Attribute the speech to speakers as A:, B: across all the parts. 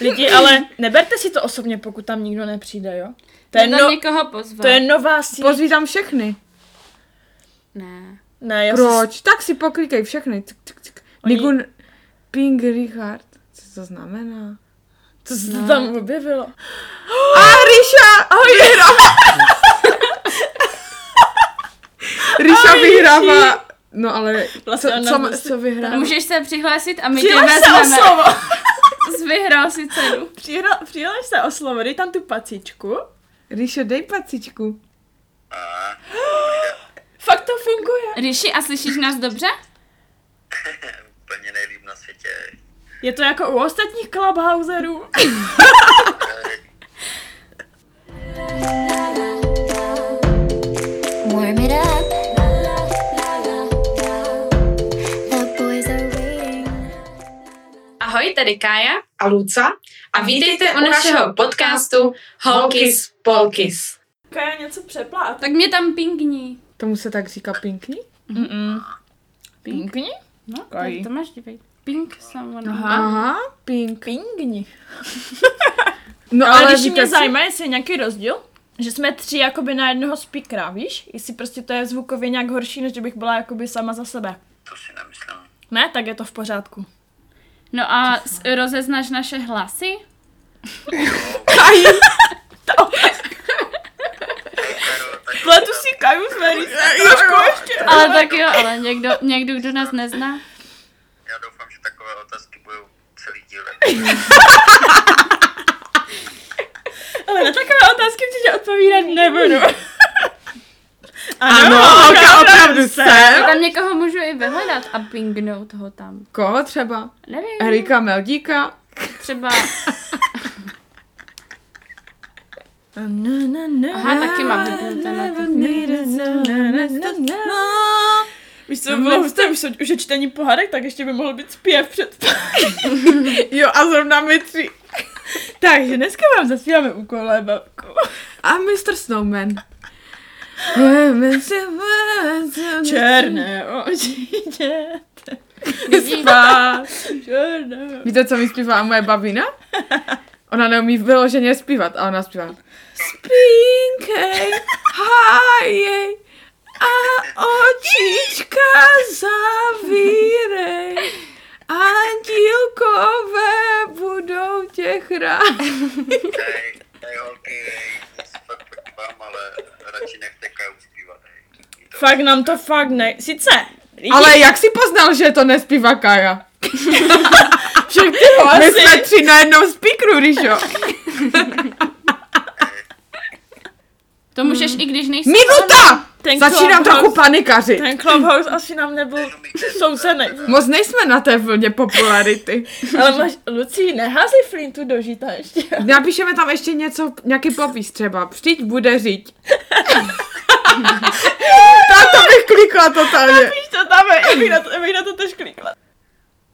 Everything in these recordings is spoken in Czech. A: Lidi, ale neberte si to osobně, pokud tam nikdo nepřijde, jo? To je,
B: Ten no...
A: no,
B: někoho pozvat.
A: to je nová síť.
C: Pozví tam všechny.
B: Ne.
A: Ne, já si...
C: Proč? Tak si poklikej všechny. Tk, tk, tk.
A: Oni-
C: Nigun Ping Richard. Co to znamená?
A: Co se to tam objevilo?
C: A Ríša! Ahoj, Ríša vyhrává. No ale co,
A: Vlastně ona
C: co,
A: musí-
C: co vyhrává?
B: Můžeš se přihlásit a my
A: Přihlaš
B: tě
A: se o
B: vezmeme.
A: slovo!
B: Jsi Vyhrál si cenu.
A: Přihra- Přihlaš se o slovo, dej tam tu pacičku.
C: Ríšo, dej pacičku.
A: Fakt to funguje.
B: Ríši, a slyšíš nás dobře?
D: Úplně nejlíp na světě.
A: Je to jako u ostatních clubhouserů.
E: Warm it up. The boys are waiting.
B: Ahoj, tady Kája.
F: a Luca
B: A vítejte u našeho podcastu Holky s
F: Polkis.
A: Kaja něco přepla a tak...
B: Tak mě tam pingní.
C: Tomu se tak říká pinkní?
A: Pinkni?
B: No, to,
A: Kaj.
B: to máš dívej. Ping someone.
C: Aha, pink.
A: Pinkni.
C: No
A: Ale,
C: ale,
A: ale když
C: říká
A: mě
C: se-
A: zajímá, jestli je nějaký rozdíl, že jsme tři jakoby na jednoho speakera, víš? Jestli prostě to je zvukově nějak horší, než kdybych byla jakoby sama za sebe.
D: To si nemyslím.
A: Ne, tak je to v pořádku.
B: No a s- rozeznáš naše hlasy?
A: Pletu si Kaju s Trošku ještě.
B: Ale
A: jako-
B: tak jo, ale někdo, někdo kdo nás nezná.
D: Já doufám, že takové otázky budou celý díl. Jako,
A: Ale na takové otázky určitě odpovídat nebudu.
C: Ano, opravdu, opravdu jsem.
B: Já tam někoho můžu i vyhledat a pingnout ho tam.
C: Koho třeba?
B: Nevím,
C: Erika Meldíka?
B: třeba...
A: Na, na, na,
B: Aha, taky mám vypnuté na to.
A: Víš co, bylo husté, už, jsou- už je čtení pohádek, tak ještě by mohl být zpěv před...
C: Jo, a zrovna my tři.
A: Takže dneska vám zaspíváme u kolébavku.
C: A Mr. Snowman.
A: Černé oči, děte. Černé
C: Víte, co mi zpívá moje babina? Ona neumí vyloženě zpívat, a ona zpívá. Spinkej, hájej a očička zavírej. Andílkové budou tě chránit.
D: Hej, hej holky, hej, nic fakt proti vám, ale radši nechte Kaju zpívat. hej. Je to-
A: Fakt nám to fakt ne... Sice,
C: Ale jak si poznal, že to nespívá Kaja?
A: však ty
C: My jsme
A: hlasy...
C: tři na jednom spíkru, Ríšo.
B: To
A: Hmm.
B: můžeš i když nejsi...
C: Minuta!
A: Ten
C: Začínám
A: Clubhouse-
C: trochu panikařit.
A: Ten Clubhouse asi nám nebyl sousenek.
C: Moc nejsme na té vlně popularity.
A: Ale máš, Lucí, neházej flintu do žita ještě.
C: Napíšeme tam ještě něco, nějaký popis třeba. Přijď, bude řiť. tak to bych klikla totálně.
A: Víš, to tam je, já bych na to, já bych na to tež klikla.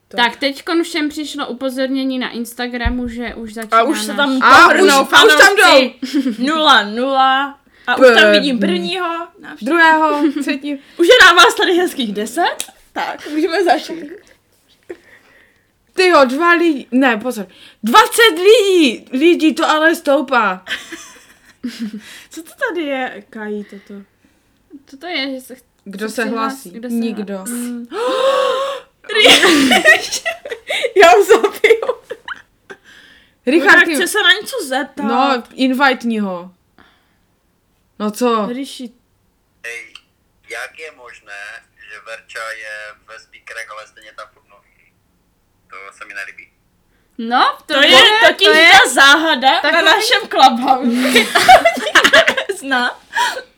B: Tak teďkon všem přišlo upozornění na Instagramu, že už začíná
A: A už se tam
C: A
A: pohrnou
C: už- a už tam
A: fanoušci. Nula, nula. A už tam vidím prvního. navš-
C: Druhého, třetího.
A: Už je na vás tady hezkých deset. Tak, můžeme začít.
C: Tyjo, dva lidi, ne, pozor. 20 lidí, lidí to ale stoupá.
A: Co to tady je, Kají, toto?
B: Co to je, že se... ch-
C: Kdo
B: Co
C: se
B: si
C: hlásí?
B: hlásí? Kdo se
C: Nikdo.
A: Já ho zabiju.
C: Richard,
A: Tak
C: ty-
A: chce se na něco zeptat.
C: no, invite ho. No co?
A: Ryši,
D: Hej, jak je možné, že Verča je ve speakerech, ale stejně tam furt mluví? To se mi nelíbí.
B: No, to,
A: to je Mm. totiž
B: to je...
A: ta záhada na
B: Takový-
A: našem Clubhouse. Ty to nikdo nezná.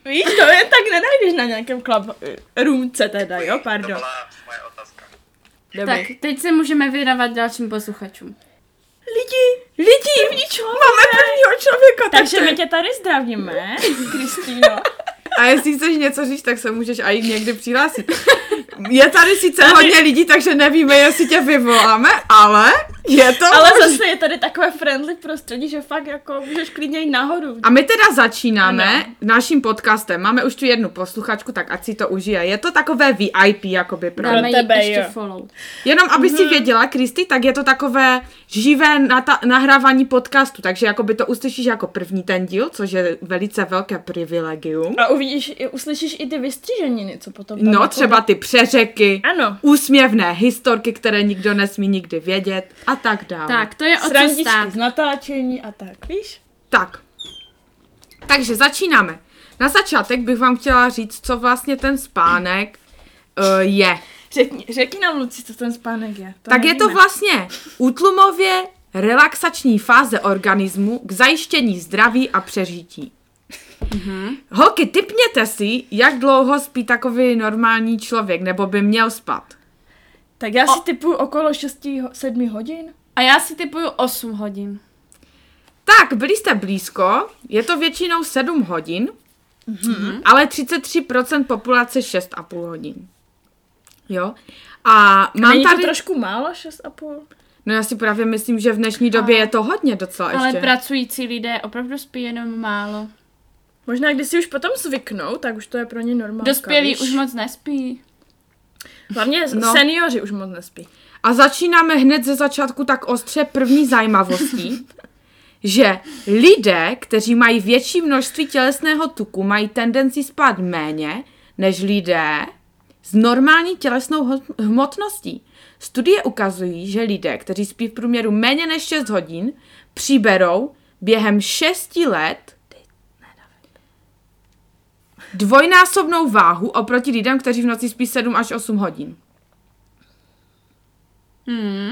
A: Víš, to je tak nenajdeš na nějakém club roomce teda, jo,
D: To
A: pardon.
D: byla moje otázka.
B: Tak, teď se můžeme věnovat dalším posluchačům.
A: Lidi, lidi, první člověk. Máme prvního člověka. Takže my tě tady zdravíme, Kristýno.
C: A jestli chceš něco říct, tak se můžeš i někdy přihlásit. Je tady sice hodně lidí, takže nevíme, jestli tě vyvoláme, ale je to
A: Ale
C: možný.
A: zase je tady takové friendly prostředí, že fakt jako můžeš klidně jít nahoru.
C: A my teda začínáme
A: Ano.
C: naším podcastem. Máme už tu jednu posluchačku, tak ať si to užije. Je to takové VIP, jakoby pro...
B: Dáme jí
A: tebe,
B: ještě
A: jo.
B: follow.
C: Jenom aby si věděla, Kristy, tak je to takové živé nata- nahrávání podcastu, takže jakoby to uslyšíš jako první ten díl, což je velice velké privilegium.
A: A uvidíš, i- uslyšíš i ty vystříženiny, co potom tam
C: No,
A: jako-
C: třeba ty přeřeky,
A: Ano.
C: úsměvné historky, které nikdo nesmí nikdy vědět a tak dále.
B: Tak, to je o co
A: Srandičky
B: stát.
A: z natáčení a tak, víš?
C: Tak. Takže začínáme. Na začátek bych vám chtěla říct, co vlastně ten spánek uh, je.
A: Řekni, řekni nám, Luci, co ten spánek je. To
C: tak je to
A: nevíme.
C: vlastně útlumově relaxační fáze organismu k zajištění zdraví a přežití.
A: Mhm.
C: Holky, typněte si, jak dlouho spí takový normální člověk, nebo by měl spát.
A: Tak já si typuju okolo 6-7 hodin.
B: A já si typuju 8 hodin.
C: Tak, byli jste blízko, je to většinou 7 hodin,
A: Mhm.
C: ale 33% populace 6,5 hodin. Jo? A mám
A: Není
C: tady...
A: to trošku málo, 6,5?
C: No já si právě myslím, že v dnešní době je to hodně docela
B: Ale
C: ještě.
B: pracující lidé opravdu spí jenom málo.
A: Možná, když si už potom zvyknou, tak už to je pro ně normální.
B: Dospělí už moc nespí.
A: Hlavně
C: No.
A: no. seniori už moc nespí.
C: A začínáme hned ze začátku tak ostře první zajímavostí, že lidé, kteří mají větší množství tělesného tuku, mají tendenci spát méně než lidé s normální tělesnou hot- hmotností. Studie ukazují, že lidé, kteří spí v průměru méně než 6 hodin, přiberou během 6 let dvojnásobnou váhu oproti lidem, kteří v noci spí 7 až 8 hodin.
B: Hmm.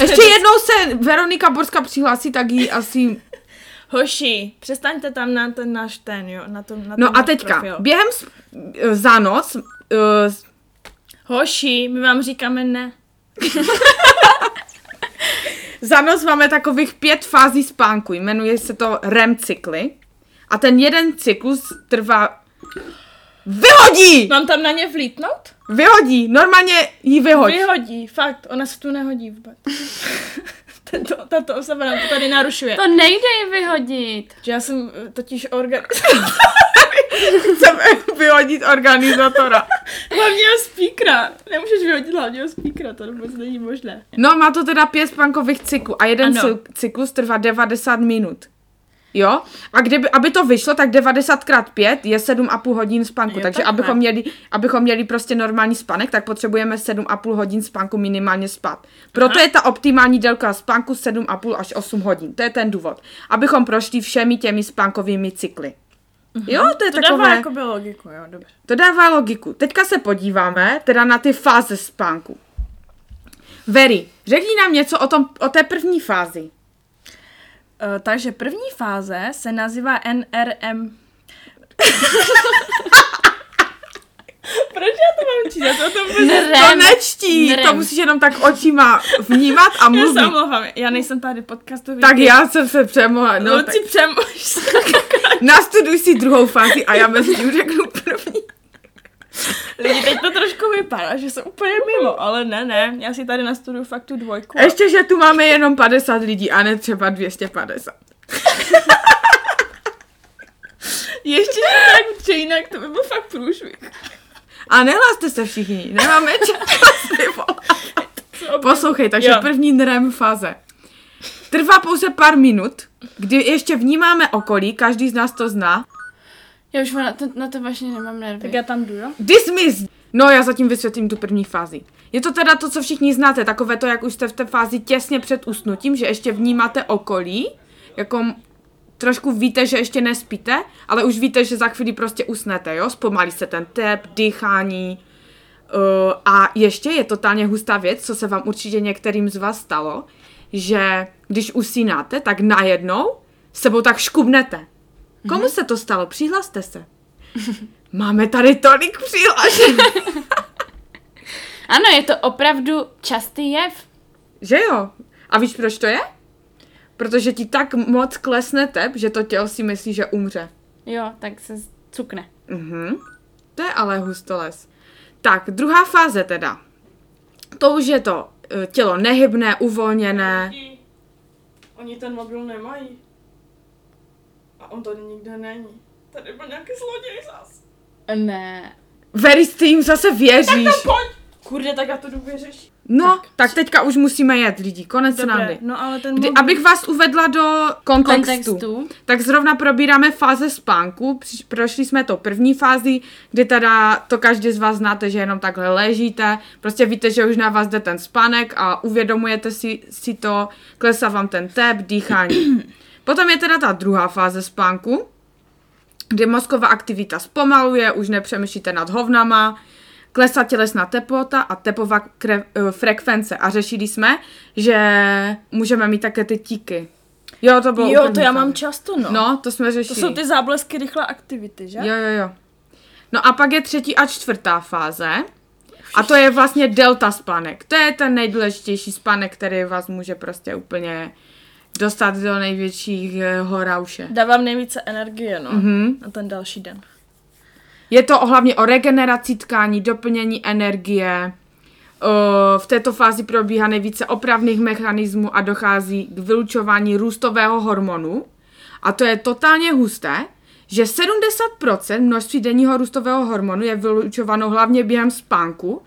C: Ještě jednou se Veronika Borská přihlásí, tak jí asi...
A: Hoši, přestaňte tam na ten náš ten, jo? Na tom, na ten
C: No a
A: náš
C: teďka,
A: Profil.
C: během sp- za noc, uh,
A: Hoši, my vám říkáme ne.
C: za noc máme takových pět fází spánku, jmenuje se to REM cykly. A ten jeden cyklus trvá... Vyhodí!
A: Mám tam na ně vlítnout?
C: Vyhodí, normálně jí vyhoď.
A: Vyhodí, fakt, ona se tu nehodí vůbec. Tento, tato osoba nám to tady narušuje.
B: To nejde ji vyhodit.
A: Že já jsem eh, totiž organ...
C: Chceme vyhodit organizátora.
A: hlavního speakera. Nemůžeš vyhodit hlavního speakera, to vůbec není možné.
C: No má to teda pět spánkových cyklů a jeden
A: Ano.
C: cyl- cyklus trvá 90 minut. Jo? A kdyby, aby to vyšlo, tak 90 krát 5 je 7,5 hodin spánku.
A: Jo,
C: Takže
A: takhle.
C: abychom měli, abychom měli prostě normální spánek, tak potřebujeme 7,5 hodin spánku minimálně spát. Proto Aha. je ta optimální délka spánku 7,5 až 8 hodin. To je ten důvod. Abychom prošli všemi těmi spánkovými cykly. Jo, to je
A: Mhm. To
C: takové...
A: dává jakoby logiku, jo, dobře.
C: To dává logiku. Teďka se podíváme teda na ty fáze spánku. Veri, řekni nám něco o, tom, o té první fázi.
A: Eh, takže první fáze se nazývá NRM. Proč já to mám číst? Já to o tom vůbec
C: To
B: Nrem.
C: nečtí,
B: nrem.
C: to musíš jenom tak očima vnímat a
A: Já se
C: mluvit.
A: omlouvám, já nejsem tady podcastový.
C: Tak já jsem se přemohla. No, tak
A: Luci, přemož se.
C: nastuduj si druhou fázi a já mezi tím řeknu první.
A: Lidi, teď to trošku vypadá, že jsem úplně mimo, ale ne, ne, já si tady nastuduju fakt tu dvojku.
C: Ještě, že tu máme jenom 50 lidí a ne třeba 250.
A: Ještě že tak, protože jinak to by byl fakt průšvih.
C: A nehlaste se všichni, nemáme čas. si volat.
A: Co?
C: Poslouchej, takže
A: Jo.
C: první NREM fáze. Trvá pouze pár minut, kdy ještě vnímáme okolí, každý z nás to zná.
B: Já už na to, na to vážně nemám nervy.
A: Tak já tam jdu, jo?
C: Dismiss! No, já zatím vysvětlím tu první fázi. Je to teda to, co všichni znáte, takové to, jak už jste v té fázi těsně před usnutím, že ještě vnímáte okolí, jako m- trošku víte, že ještě nespíte, ale už víte, že za chvíli prostě usnete, jo? Zpomalí se ten tep, dýchání, Uh, a ještě je totálně hustá věc, co se vám určitě některým z vás stalo, že když usínáte, tak najednou s sebou tak škubnete. Komu se to stalo? Přihlaste se. Máme tady tolik přihlášek.
B: Ano, je to opravdu častý jev.
C: že jo? A víš, proč to je? Protože ti tak moc klesne tep, že to tělo si myslí, že umře.
B: Jo, tak se z- cukne.
C: Mhm. To je ale hustoles. Tak, druhá fáze teda. To už je to eh, tělo nehybné, uvolněné.
A: Oni ten mobil nemají. A on tady nikde není. Tady byl nějaký zloděj zas.
B: Ne.
C: Very ty jim zase věříš.
A: No, Pojď! Kurde, tak já to jdu vyřešit.
C: No, tak teďka už musíme jet, lidi. Konec
A: Dobré,
C: Nandy.
A: no ale ten
C: Kdy,
A: mobil...
C: abych vás uvedla do kontextu,
B: Kontextu.
C: tak zrovna probíráme fáze spánku. Přiš- Prošli jsme to první fázi, kdy teda to každý z vás znáte, že jenom takhle ležíte. Prostě víte, že už na vás jde ten spánek a uvědomujete si, si to, klesá vám ten tep, dýchání. Potom je teda ta druhá fáze spánku, kdy mozková aktivita zpomaluje, už nepřemýšlíte nad hovnama, klesá tělesná teplota a tepová krev, eh, frekvence. A řešili jsme, že můžeme mít také ty tíky. Jo, to bylo
A: Jo,
C: úplně
A: to já
C: fajn.
A: mám často, no.
C: No, to jsme
A: To
C: řešili.
A: jsou ty záblesky rychlé aktivity, že?
C: Jo, jo, jo. No a pak je třetí a čtvrtá fáze. A to je vlastně delta spánek. To je ten nejdůležitější spánek, který vás může prostě úplně dostat do největších eh, horauše.
A: Dávám nejvíce energie, no. Mm-hmm. Na ten další den.
C: Je to hlavně o regeneraci tkání, doplnění energie. Eh, V této fázi probíhá nejvíce opravných mechanismů a dochází k vylučování růstového hormonu. A to je totálně husté, že 70% množství denního růstového hormonu je vylučováno hlavně během spánku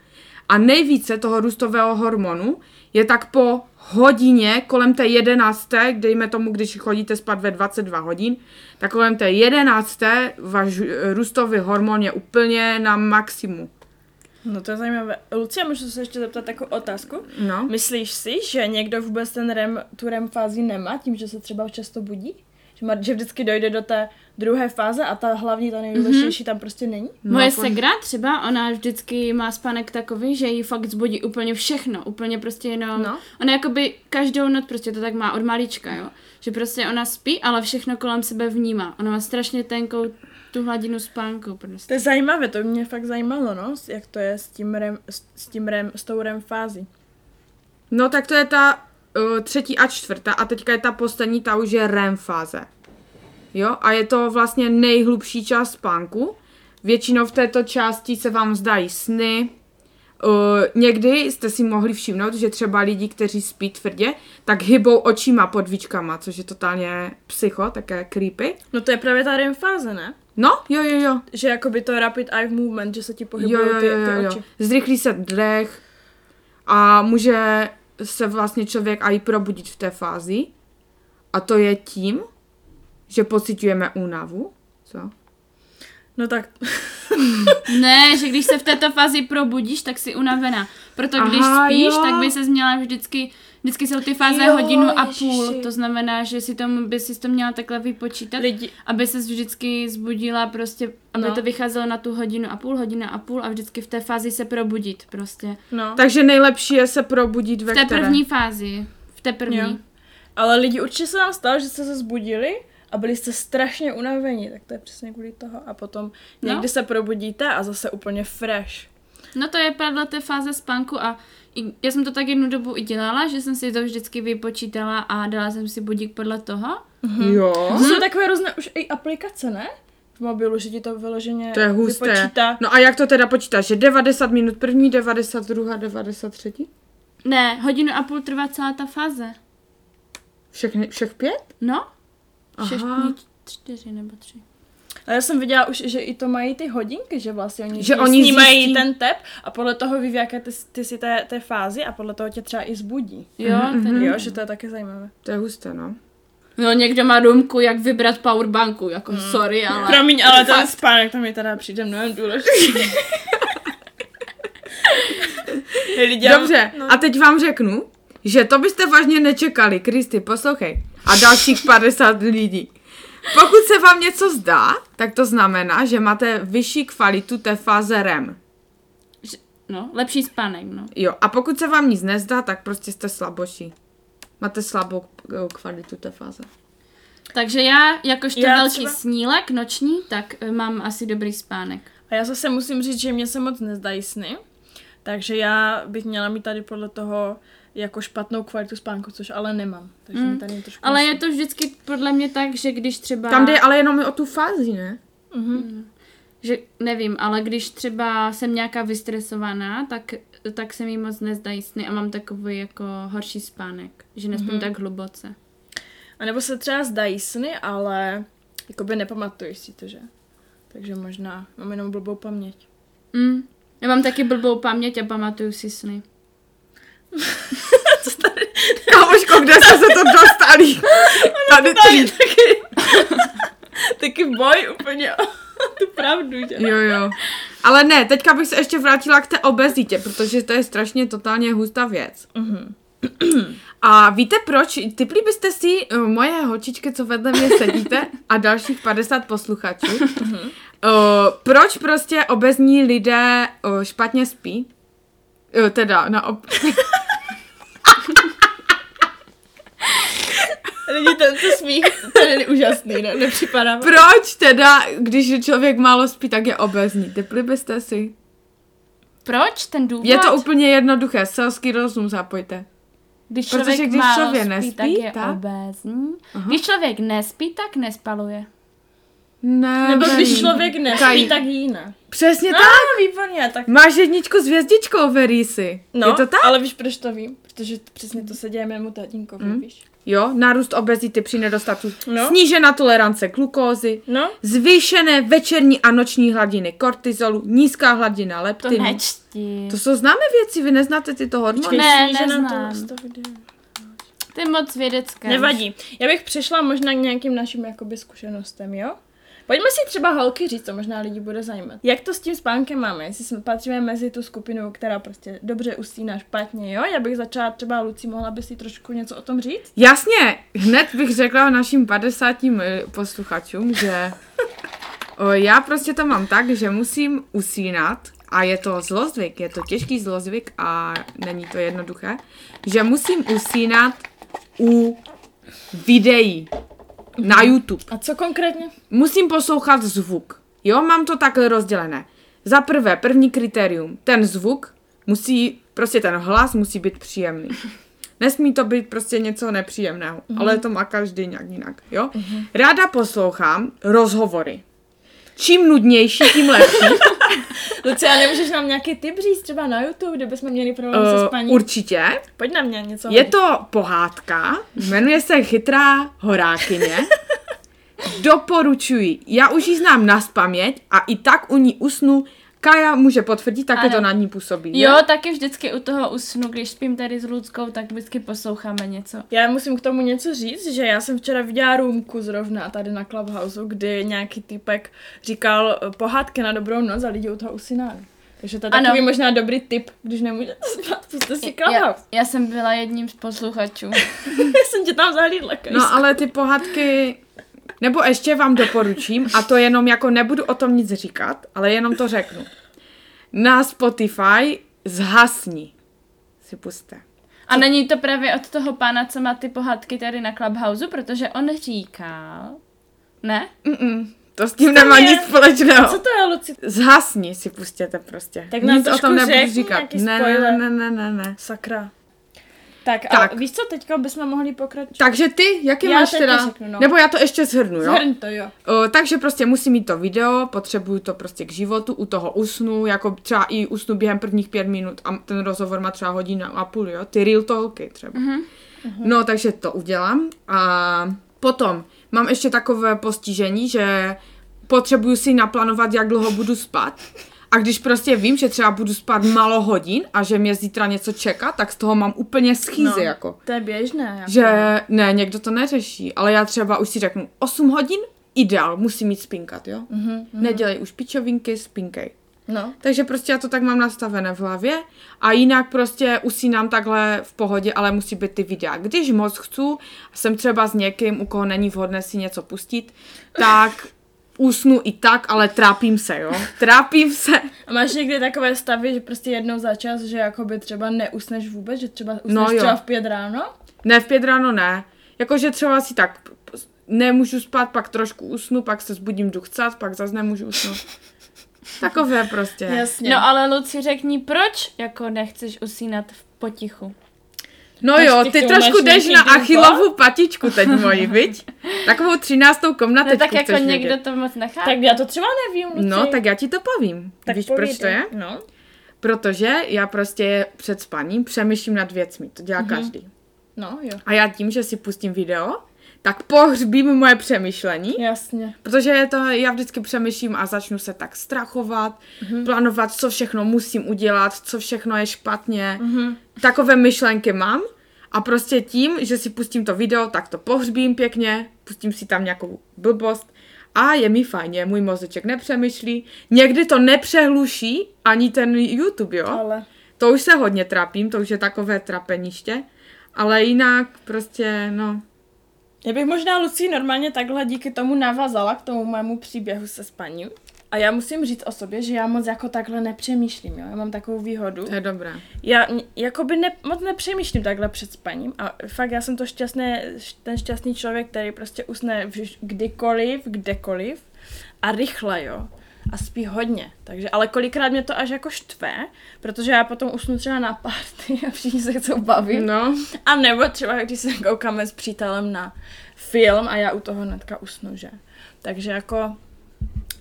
C: a nejvíce toho růstového hormonu je tak po hodině kolem té 11. dejme tomu, když chodíte spát ve 22 hodin, tak kolem té 11. váš eh, růstový hormon je úplně na maximum.
A: No to je zajímavé. Lucie, můžu se ještě zeptat takovou otázku?
C: No.
A: Myslíš si, že někdo vůbec ten REM, tu REM fázi nemá, tím, že se třeba často budí? Že, má, že vždycky dojde do té druhé fáze a ta hlavní, ta nejdůležitější, mm-hmm. tam prostě není?
C: No,
B: Moje
C: po-
B: segra třeba, ona vždycky má spánek takový, že jí fakt zbudí úplně všechno, úplně prostě jenom,
C: No.
B: ona jakoby každou noc prostě to tak má od malička, jo, že prostě ona spí, ale všechno kolem sebe vnímá, ona má strašně tenkou tu hladinu spánku
A: To
B: prostě.
A: je zajímavé, to by mě fakt zajímalo, no, s- jak to je s tím REM, s, s tím REM, s tou REM fází.
C: No tak to je ta uh, třetí a čtvrtá a teďka je ta poslední, ta už je REM fáze. Jo, a je to vlastně nejhlubší část spánku. Většinou v této části se vám zdají sny. Uh, někdy jste si mohli všimnout, že třeba lidi, kteří spí tvrdě, tak hybou očima pod víčkama, což je totálně psycho, také creepy.
A: No to je právě ta REM fáze, ne?
C: No, jo, jo, jo.
A: Že jakoby to rapid eye movement, že se ti
C: Jo,
A: pohybují
C: jo,
A: ty,
C: jo, jo,
A: ty
C: jo.
A: oči.
C: Zrychlí se dech a může se vlastně člověk i probudit v té fázi. A to je tím, že pociťujeme únavu. Co?
A: No tak,
B: Ne, že když se v této fázi probudíš, tak si unavená, proto když
C: Aha,
B: spíš,
C: jo.
B: tak by se měla vždycky, vždycky jsou ty fáze
A: Jo,
B: hodinu a půl,
A: ježiši.
B: to znamená, že si tomu, by si to měla takhle vypočítat.
A: lidi,
B: aby se vždycky zbudila prostě, aby
A: No.
B: no. to vycházelo na tu hodinu a půl, hodina a půl a vždycky v té fázi se probudit prostě.
A: no.
C: Takže nejlepší je se probudit ve
B: V té
C: které?
B: první fázi. V té první.
A: Jo. Ale lidi, určitě se vám stalo, že jste se zbudili a byli jste strašně unavení, tak to je přesně kvůli toho. A potom
B: No.
A: někdy se probudíte a zase úplně fresh.
B: No to je pravda té fáze spánku a i- já jsem to tak jednu dobu i dělala, že jsem si to vždycky vypočítala a dala jsem si budík podle toho.
A: Mhm.
C: Jo.
A: To jsou takové různé už i aplikace, ne? V mobilu, že ti to vyloženě
C: To je husté.
A: vypočítá.
C: No a jak to teda počítáš? Že 90 minut první, 92, 93?
B: Ne, hodinu a půl trvá celá ta fáze.
C: Všechny, všech pět?
B: No?
C: Aha.
B: Šest dní, čtyři nebo tři.
A: Mhm, Ale já jsem viděla už, že i to mají ty hodinky, že vlastně oni,
C: Že
A: ti
C: oni
A: snímají
C: zjistí-
A: ten tep a podle toho ví, v jaké ty, ty si té, té fázi a podle toho tě třeba i zbudí.
B: Jo,
C: Mhm.
B: ten...
A: mhm. Jo, že to je taky zajímavé.
C: To je husté, no.
B: No někdo má rumku, jak vybrat powerbanku, jako
A: Mhm.
B: sorry, ale...
A: Promiň, ale ten spánek tam mi teda přijde mnohem důležitý. Lidi, já-
C: Dobře, a teď vám řeknu, že to byste vážně nečekali. Kristy, poslouchej. A dalších 50 lidí. Pokud se vám něco zdá, tak to znamená, že máte vyšší kvalitu té fáze REM.
B: No, lepší spánek, no.
C: Jo, a pokud se vám nic nezdá, tak prostě jste slaboší. Máte slabou eh, kvalitu té fáze.
B: Takže já, jakožto
A: Já
B: já velký
A: třeba-
B: třeba... snílek noční, tak eh, mám asi dobrý spánek.
A: A já zase musím říct, že mě se moc nezdají sny, takže já bych měla mít tady podle toho jako špatnou kvalitu spánku, což ale nemám. Takže mm. mi tady je trošku
B: Ale
A: jasno.
B: je to vždycky podle mě tak, že když třeba...
C: Tam jde ale jenom o tu fázi, ne?
B: že nevím, ale když třeba jsem nějaká vystresovaná, tak, tak se mi moc nezdají sny a mám takový jako horší spánek, že
C: Mhm.
B: nespím mm-hmm. tak hluboce.
A: A nebo se třeba zdají sny, ale jakoby nepamatuješ si to, že? Takže možná mám jenom blbou paměť.
B: Mm. Já mám taky blbou paměť a pamatuju si sny.
C: Kámoško, kde jste se to dostali? Tady ty.
A: Taky boj úplně o tu pravdu, že?
C: Jo, jo. Ale ne, teďka bych se ještě vrátila k té obezitě, protože to je strašně totálně hustá věc.
A: Mhm.
C: A víte proč? Typli byste si eh, moje holčičky, co vedle mě sedíte a dalších 50 posluchačů.
A: Mhm.
C: Eh, proč prostě obezní lidé eh, špatně spí? Eh, Teda, naop...
A: Lidi, tento smích, ten je úžasný, ne? Nepřipadá. vám?
C: Proč teda, když člověk málo spí, tak je obezní? Typli byste si?
B: Proč ten důvod?
C: Je to úplně jednoduché, selský rozum zapojte.
B: když
C: protože
B: člověk
C: když
B: málo
C: člověk
B: spí,
C: nespí,
B: tak je
C: tak-
B: obézní. Když člověk nespí, tak nespaluje.
C: Ne,
A: Nebo
C: ne, ne.
A: když člověk
C: Kaj.
A: nespí, tak jí ne.
C: Přesně
A: No,
C: tak.
A: výborně, tak
C: Máš jedničku s hvězdičkou, Verisy.
A: No,
C: je to tak?
A: ale víš, proč to vím? Protože t- přesně to se děje mému tatínkovi, mm. víš?
C: Jo, nárůst obezity při nedostatku. No.
A: No.
C: Snížená tolerance glukózy.
A: No,
C: Zvýšené večerní a noční hladiny kortizolu, nízká hladina
B: To
C: leptinu.
B: nečti.
C: to jsou známé věci, vy neznáte tyto hormony?
B: Ne,
A: snížená
B: neznám.
A: tolerace to jde.
B: To je moc vědecké.
A: Nevadí. Já bych přešla možná k nějakým našim jakoby zkušenostem, jo? Pojďme si třeba holky říct, co možná lidi bude zajímat. Jak to s tím spánkem máme? Jestli jsme, patříme mezi tu skupinu, která prostě dobře usíná špatně, jo? Já bych začala třeba, Luci, mohla by si trošku něco o tom říct?
C: Jasně, hned bych řekla našim 50 eh, posluchačům, že o, já prostě to mám tak, že musím usínat a je to zlozvyk, je to těžký zlozvyk a není to jednoduché, že musím usínat u videí na YouTube.
A: A co konkrétně?
C: Musím poslouchat zvuk. Jo, mám to takhle rozdělené. Za prvé, první kritérium, ten zvuk musí, prostě ten hlas musí být příjemný. Nesmí to být prostě něco nepříjemného, mm-hmm. ale to má každý nějak jinak, jo? Mm-hmm. Ráda poslouchám rozhovory. Čím nudnější, tím lepší.
A: Luci, a nemůžeš nám nějaký tip říct třeba na YouTube, kde bychom měli problém se
C: uh,
A: spaním?
C: určitě.
A: Pojď na mě něco
C: Je to pohádka, jmenuje se Chytrá horákyně. Doporučuji. Já už ji znám na spaměť a i tak u ní usnu. Kaja může potvrdit, také
B: Ano.
C: to na ní působí.
B: Jo, taky vždycky u toho usnu, když spím tady s Luckou, tak vždycky posloucháme něco.
A: Já musím k tomu něco říct, že já jsem včera viděla růmku zrovna tady na Clubhouse, kdy nějaký typek říkal eh, pohádky na dobrou noc a lidi u toho usínali. Takže to je
B: Ano.
A: takový ano. možná dobrý tip, když nemůžete spát, puste si
B: Já,
A: Clubhouse.
B: já jsem byla jedním z posluchačů.
A: Já jsem tě tam zahlídla,
C: No
A: no,
C: ale ty pohádky... Nebo ještě vám doporučím, a to jenom jako nebudu o tom nic říkat, ale jenom to řeknu. Na Spotify zhasni. Si puste.
B: A není to právě od toho pána, co má ty pohádky tady na Clubhouse, protože on říkal... Ne?
C: Mm-mm, to s tím nemá
A: je-
C: nic společného.
A: Co to je, Luci?
C: Zhasni si pustěte prostě.
A: Tak nám
C: Nic o
A: trošku
C: tom nebudu
A: řekni
C: říkat.
A: nějaký
C: Ne, ne,
A: spoiler.
C: ne, ne, ne, ne.
A: Sakra. Tak,
C: Tak.
A: a víš co, teďka bychom mohli pokračovat?
C: Takže ty, jaký
A: Já
C: máš
A: teď
C: teda?
A: to řeknu, no.
C: Nebo já to ještě shrnu, jo?
A: Zhrň to, jo.
C: O, takže prostě musí mít to video, potřebuju to prostě k životu, u toho usnu, jako třeba i usnu během prvních pět minut a ten rozhovor má třeba hodinu a půl, jo? Ty real talky třeba. Mm-hmm. No, takže to udělám a potom mám ještě takové postižení, že potřebuju si naplánovat, jak dlouho budu spát. A když prostě vím, že třeba budu spát málo hodin a že mě zítra něco čeká, tak z toho mám úplně schýzy, no. jako.
A: To je běžné. Jako.
C: Že ne, někdo to neřeší, ale já třeba už si řeknu 8 hodin, ideál, musím jít spinkat, jo? Mm-hmm, Nedělej už pičovinky, spinkej.
A: No.
C: Takže prostě já to tak mám nastavené v hlavě a jinak prostě usínám takhle v pohodě, ale musí být ty videa. Když moc chci, jsem třeba s někým, u koho není vhodné si něco pustit, tak usnu i tak, ale trápím se, jo? Trápím se.
A: A máš někdy takové stavy, že prostě jednou za čas, že jakoby třeba neusneš vůbec, že třeba usneš
C: No
A: no,
C: jo.
A: třeba v pět ráno?
C: Ne, v pět ráno ne. Jakože třeba si tak p- p- nemůžu spát, pak trošku usnu, pak se zbudím duchcat, pak zase nemůžu usnout. Takové prostě.
A: Jasně.
B: No ale Luci, řekni, proč jako nechceš usínat v potichu?
C: No
A: Máš
C: jo,
A: ty k
C: ty
A: tomu
C: trošku
A: máš
C: jdeš
A: nějaký
C: na
A: důvod?
C: achilovou patičku teď moji, viď? Takovou třináctou komnatečku
F: No tak jako
C: chceš
F: někdo
C: vědět.
F: to moc nechápe.
A: Tak já to třeba nevím, Luci.
C: No, tak já ti to povím. Tak Víš, proč to
A: povídej.
C: je?
A: No.
C: Protože já prostě před spaním přemýšlím nad věcmi, to dělá každý.
A: no, jo.
C: A já tím, že si pustím video, tak pohřbím moje přemýšlení,
A: Jasně.
C: protože je to, já vždycky přemýšlím a začnu se tak strachovat, plánovat, co všechno musím udělat, co všechno je špatně. Takové myšlenky mám a prostě tím, že si pustím to video, tak to pohřbím pěkně, pustím si tam nějakou blbost a je mi fajně, můj mozeček nepřemýšlí. Někdy to nepřehluší ani ten YouTube, jo?
A: Ale
C: To už se hodně trápím, to už je takové trapeniště, ale jinak prostě, no,
A: já bych možná Lucí normálně takhle díky tomu navazala k tomu mému příběhu se spaním. A já musím říct o sobě, že já moc jako takhle nepřemýšlím, jo. Já mám takovou výhodu.
C: to je dobré.
A: Já n- jakoby ne, moc nepřemýšlím takhle před spaním a fakt já jsem to šťastné, š- ten šťastný člověk, který prostě usne vž- kdykoliv, kdekoliv a rychle, jo. A spí hodně, takže, ale kolikrát mě to až jako štve, protože já potom usnu třeba na party a všichni se chcou bavit.
C: No,
A: A nebo třeba, když se koukáme s přítelem na film a já u toho hnedka usnu, že? Takže jako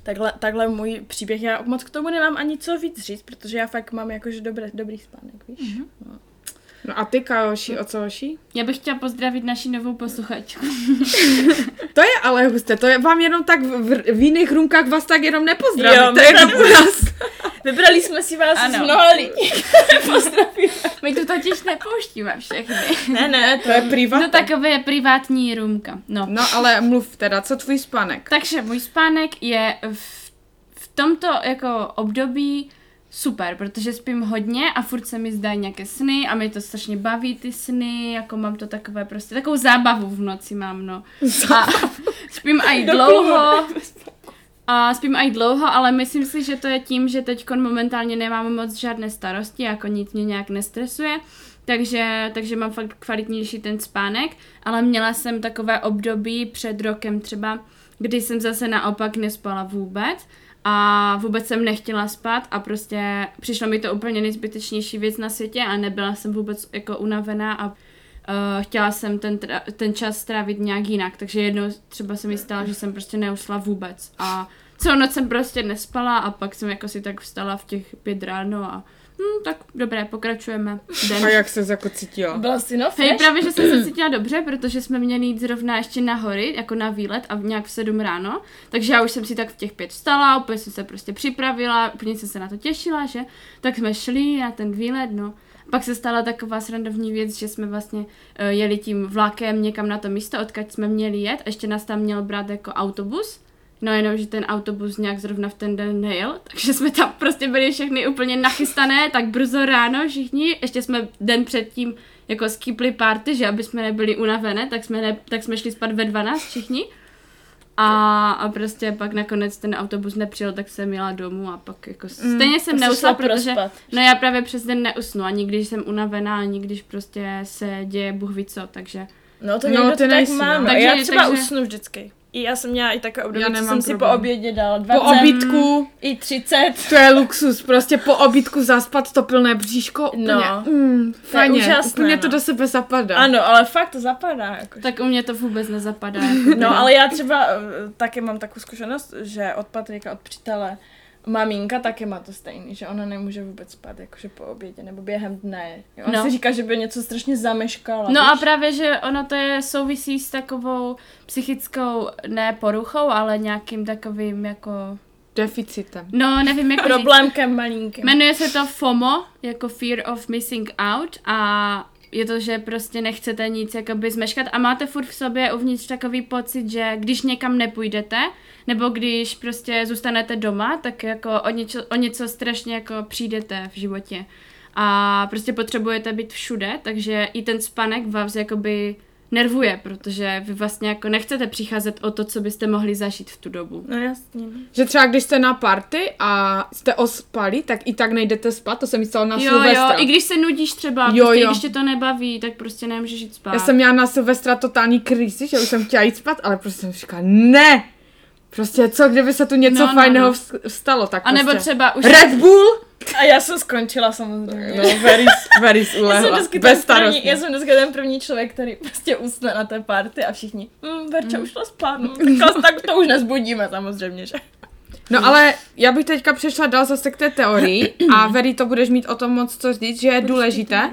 A: takhle, takhle můj příběh, já moc k tomu nemám ani co víc říct, protože já fakt mám jakože dobré, dobrý spánek, víš?
C: Mhm.
A: Mm-hmm.
C: no a ty, Kaoši, o co hoší?
B: Já bych chtěla pozdravit naši novou posluchačku.
C: To je ale husté, to je vám jenom tak v, v, v jiných růmkách vás tak jenom nepozdraví,
A: Jo,
C: jo, to je
A: my
C: jenom u nás.
A: Vybrali jsme si vás ano.
B: Ano.
A: z mnoha lidí.
B: My tu totiž nepouštíme všechny.
A: Ne, ne,
C: To je privátní.
B: No takové je privátní růmka. No.
C: No ale mluv teda, co tvůj spánek?
B: Takže můj spánek je v, v tomto jako období super, protože spím hodně a furt se mi zdají nějaké sny a mě to strašně baví ty sny, jako mám to takové prostě, takovou zábavu v noci mám, no. A spím aj dlouho. A spím aj dlouho, ale myslím si, že to je tím, že teď momentálně nemám moc žádné starosti, jako nic mě nějak nestresuje, takže, takže mám fakt kvalitnější ten spánek, ale měla jsem takové období před rokem třeba, kdy jsem zase naopak nespala vůbec a vůbec jsem nechtěla spát a prostě přišlo mi to úplně nejzbytečnější věc na světě a nebyla jsem vůbec jako unavená a Uh, chtěla jsem ten, tra- ten čas strávit nějak jinak, takže jednou třeba se mi stalo, že jsem prostě neusla vůbec a celou noc jsem prostě nespala a pak jsem jako si tak vstala v těch pět ráno a hm, tak dobré, pokračujeme. Den.
C: A jak se jako cítila?
A: Byla jsi no
B: Hej,
A: fresh?
B: právě, že jsem se cítila dobře, protože jsme měli jít zrovna ještě na hory, jako na výlet a nějak v sedm ráno, takže já už jsem si tak v těch pět vstala, úplně jsem se prostě připravila, úplně jsem se na to těšila, že? Tak jsme šli na ten výlet, no. Pak se stala taková srandovní věc, že jsme vlastně eh, jeli tím vlakem někam na to místo, odkud jsme měli jet, ještě nás tam měl brát jako autobus, No jenom, že ten autobus nějak zrovna v ten den nejel, takže jsme tam prostě byli všechny úplně nachystané, tak brzo ráno všichni, ještě jsme den předtím jako skipli party, že aby jsme nebyli unavené, tak jsme, ne, tak jsme šli spát ve 12 všichni. A, a prostě pak nakonec ten autobus nepřijel, tak jsem jela domů a pak jako stejně jsem
A: tak jsi
B: neusla,
A: šla
B: protože
A: prospat.
B: no já právě přes den neusnu, ani když jsem unavená, ani když prostě se děje bůh ví co, takže
A: No to
C: No,
A: někdo
C: ty
A: no, to
C: nejsi,
A: tak
C: no.
A: mám.
B: Takže-
A: Takže, já třeba
B: takže-
A: takže... usnu vždycky. I já jsem měla i takové období,
C: Já
A: co
C: nemám
A: jsem si po
C: problém.
A: obědě dala 20,
C: Po obítku,
A: i 30.
C: to je luxus, prostě po obítku zaspat to plné bříško, úplně,
A: No.
C: mm, fajně,
A: úžasné,
C: úplně to
A: no.
C: do sebe zapadá.
A: Ano, ale fakt to zapadá. Jako,
B: tak u mě to vůbec nezapadá. Jako
A: No, ale já třeba eh, taky mám takovou zkušenost, že od Patrika, od přítele, maminka taky má to stejný, že ona nemůže vůbec spát, jakože po obědě nebo během dne. Jo, ona no.
B: No.
A: si říká, že by něco strašně zameškala.
B: No a
A: víš?
B: právě, že ono to je souvisí s takovou psychickou, ne poruchou, ale nějakým takovým jako,
C: Deficitem.
B: no nevím jak to říct.
A: problémkem malinkým.
B: Jmenuje se to FOMO, jako Fear of Missing Out a je to, že prostě nechcete nic jakoby zmeškat a máte furt v sobě uvnitř takový pocit, že když někam nepůjdete, nebo když prostě zůstanete doma, tak jako o něco, o něco strašně jako přijdete v životě. A prostě potřebujete být všude, takže i ten spánek vás jakoby nervuje, protože vy vlastně jako nechcete přicházet o to, co byste mohli zažít v tu dobu.
A: No jasně. no.
C: Že třeba když jste na party a jste ospali, tak i tak nejdete spát, to se mi stalo na
B: Jo, jo,
C: Silvestra.
B: i když se nudíš třeba,
C: Jo,
B: jo, prostě,
C: jo.
B: jo. když tě to nebaví, tak prostě nemůžeš jít spát.
C: Já jsem měla na Silvestra totální krizi, že už jsem chtěla jít spát, ale prostě jsem říkala, ne, Prostě co, kdyby se tu něco
B: No,
C: no,
B: no,
C: fajného
B: no.
C: vst- vstalo, tak
B: A nebo
C: prostě.
B: třeba už...
C: Red Bull?
A: A já jsem skončila samozřejmě.
C: No, very, very
A: Já jsem,
C: ulehla.
A: dneska ten
C: Bez
A: první,
C: starosti.
A: já jsem dneska ten první člověk, který prostě usne na té party a všichni, mm, Verča mm. už šla spát, no, tak, vás- tak to už nezbudíme samozřejmě, že?
C: No ale já bych teďka přešla dál zase k té teorii a Veri, to budeš mít o tom moc co říct, že je důležité,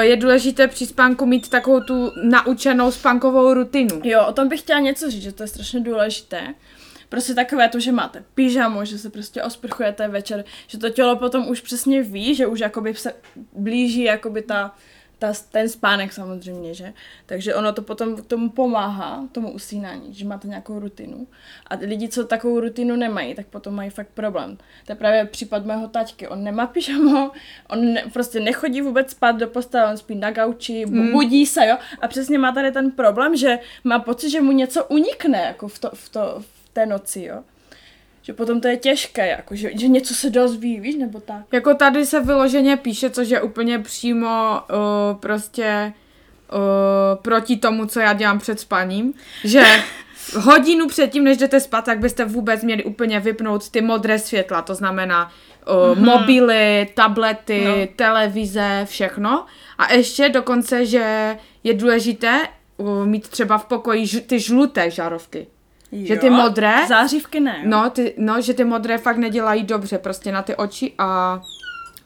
C: eh, je důležité při spánku mít takovou tu naučenou spánkovou rutinu.
A: Jo, o tom bych chtěla něco říct, že to je strašně důležité. Prostě takové to, že máte pyžamo, že se prostě osprchujete večer, že to tělo potom už přesně ví, že už jakoby se blíží jakoby ta, ta, ten spánek samozřejmě, že? Takže ono to potom k tomu pomáhá, tomu usínání, že máte nějakou rutinu. A lidi, co takovou rutinu nemají, tak potom mají fakt problém. To je právě případ mého taťky. On nemá pyžamo, on ne, prostě nechodí vůbec spát do postele, on spí na gauči,
C: Hmm.
A: bu- budí se, jo? A přesně má tady ten problém, že má pocit, že mu něco unikne, jako v, to, v, to, v té noci, jo? Že potom to je těžké, jako, že, že něco se dozví, víš, nebo tak.
C: Jako tady se vyloženě píše, což je úplně přímo uh, prostě uh, proti tomu, co já dělám před spaním, že hodinu předtím, než jdete spát, tak byste vůbec měli úplně vypnout ty modré světla, to znamená uh, mm-hmm. mobily, tablety, no. televize, všechno. A ještě dokonce, že je důležité uh, mít třeba v pokoji ž- ty žluté žárovky. Že ty modré-
A: Zářivky ne, jo?
C: No, ty, no, že ty modré fakt nedělají dobře prostě na ty oči a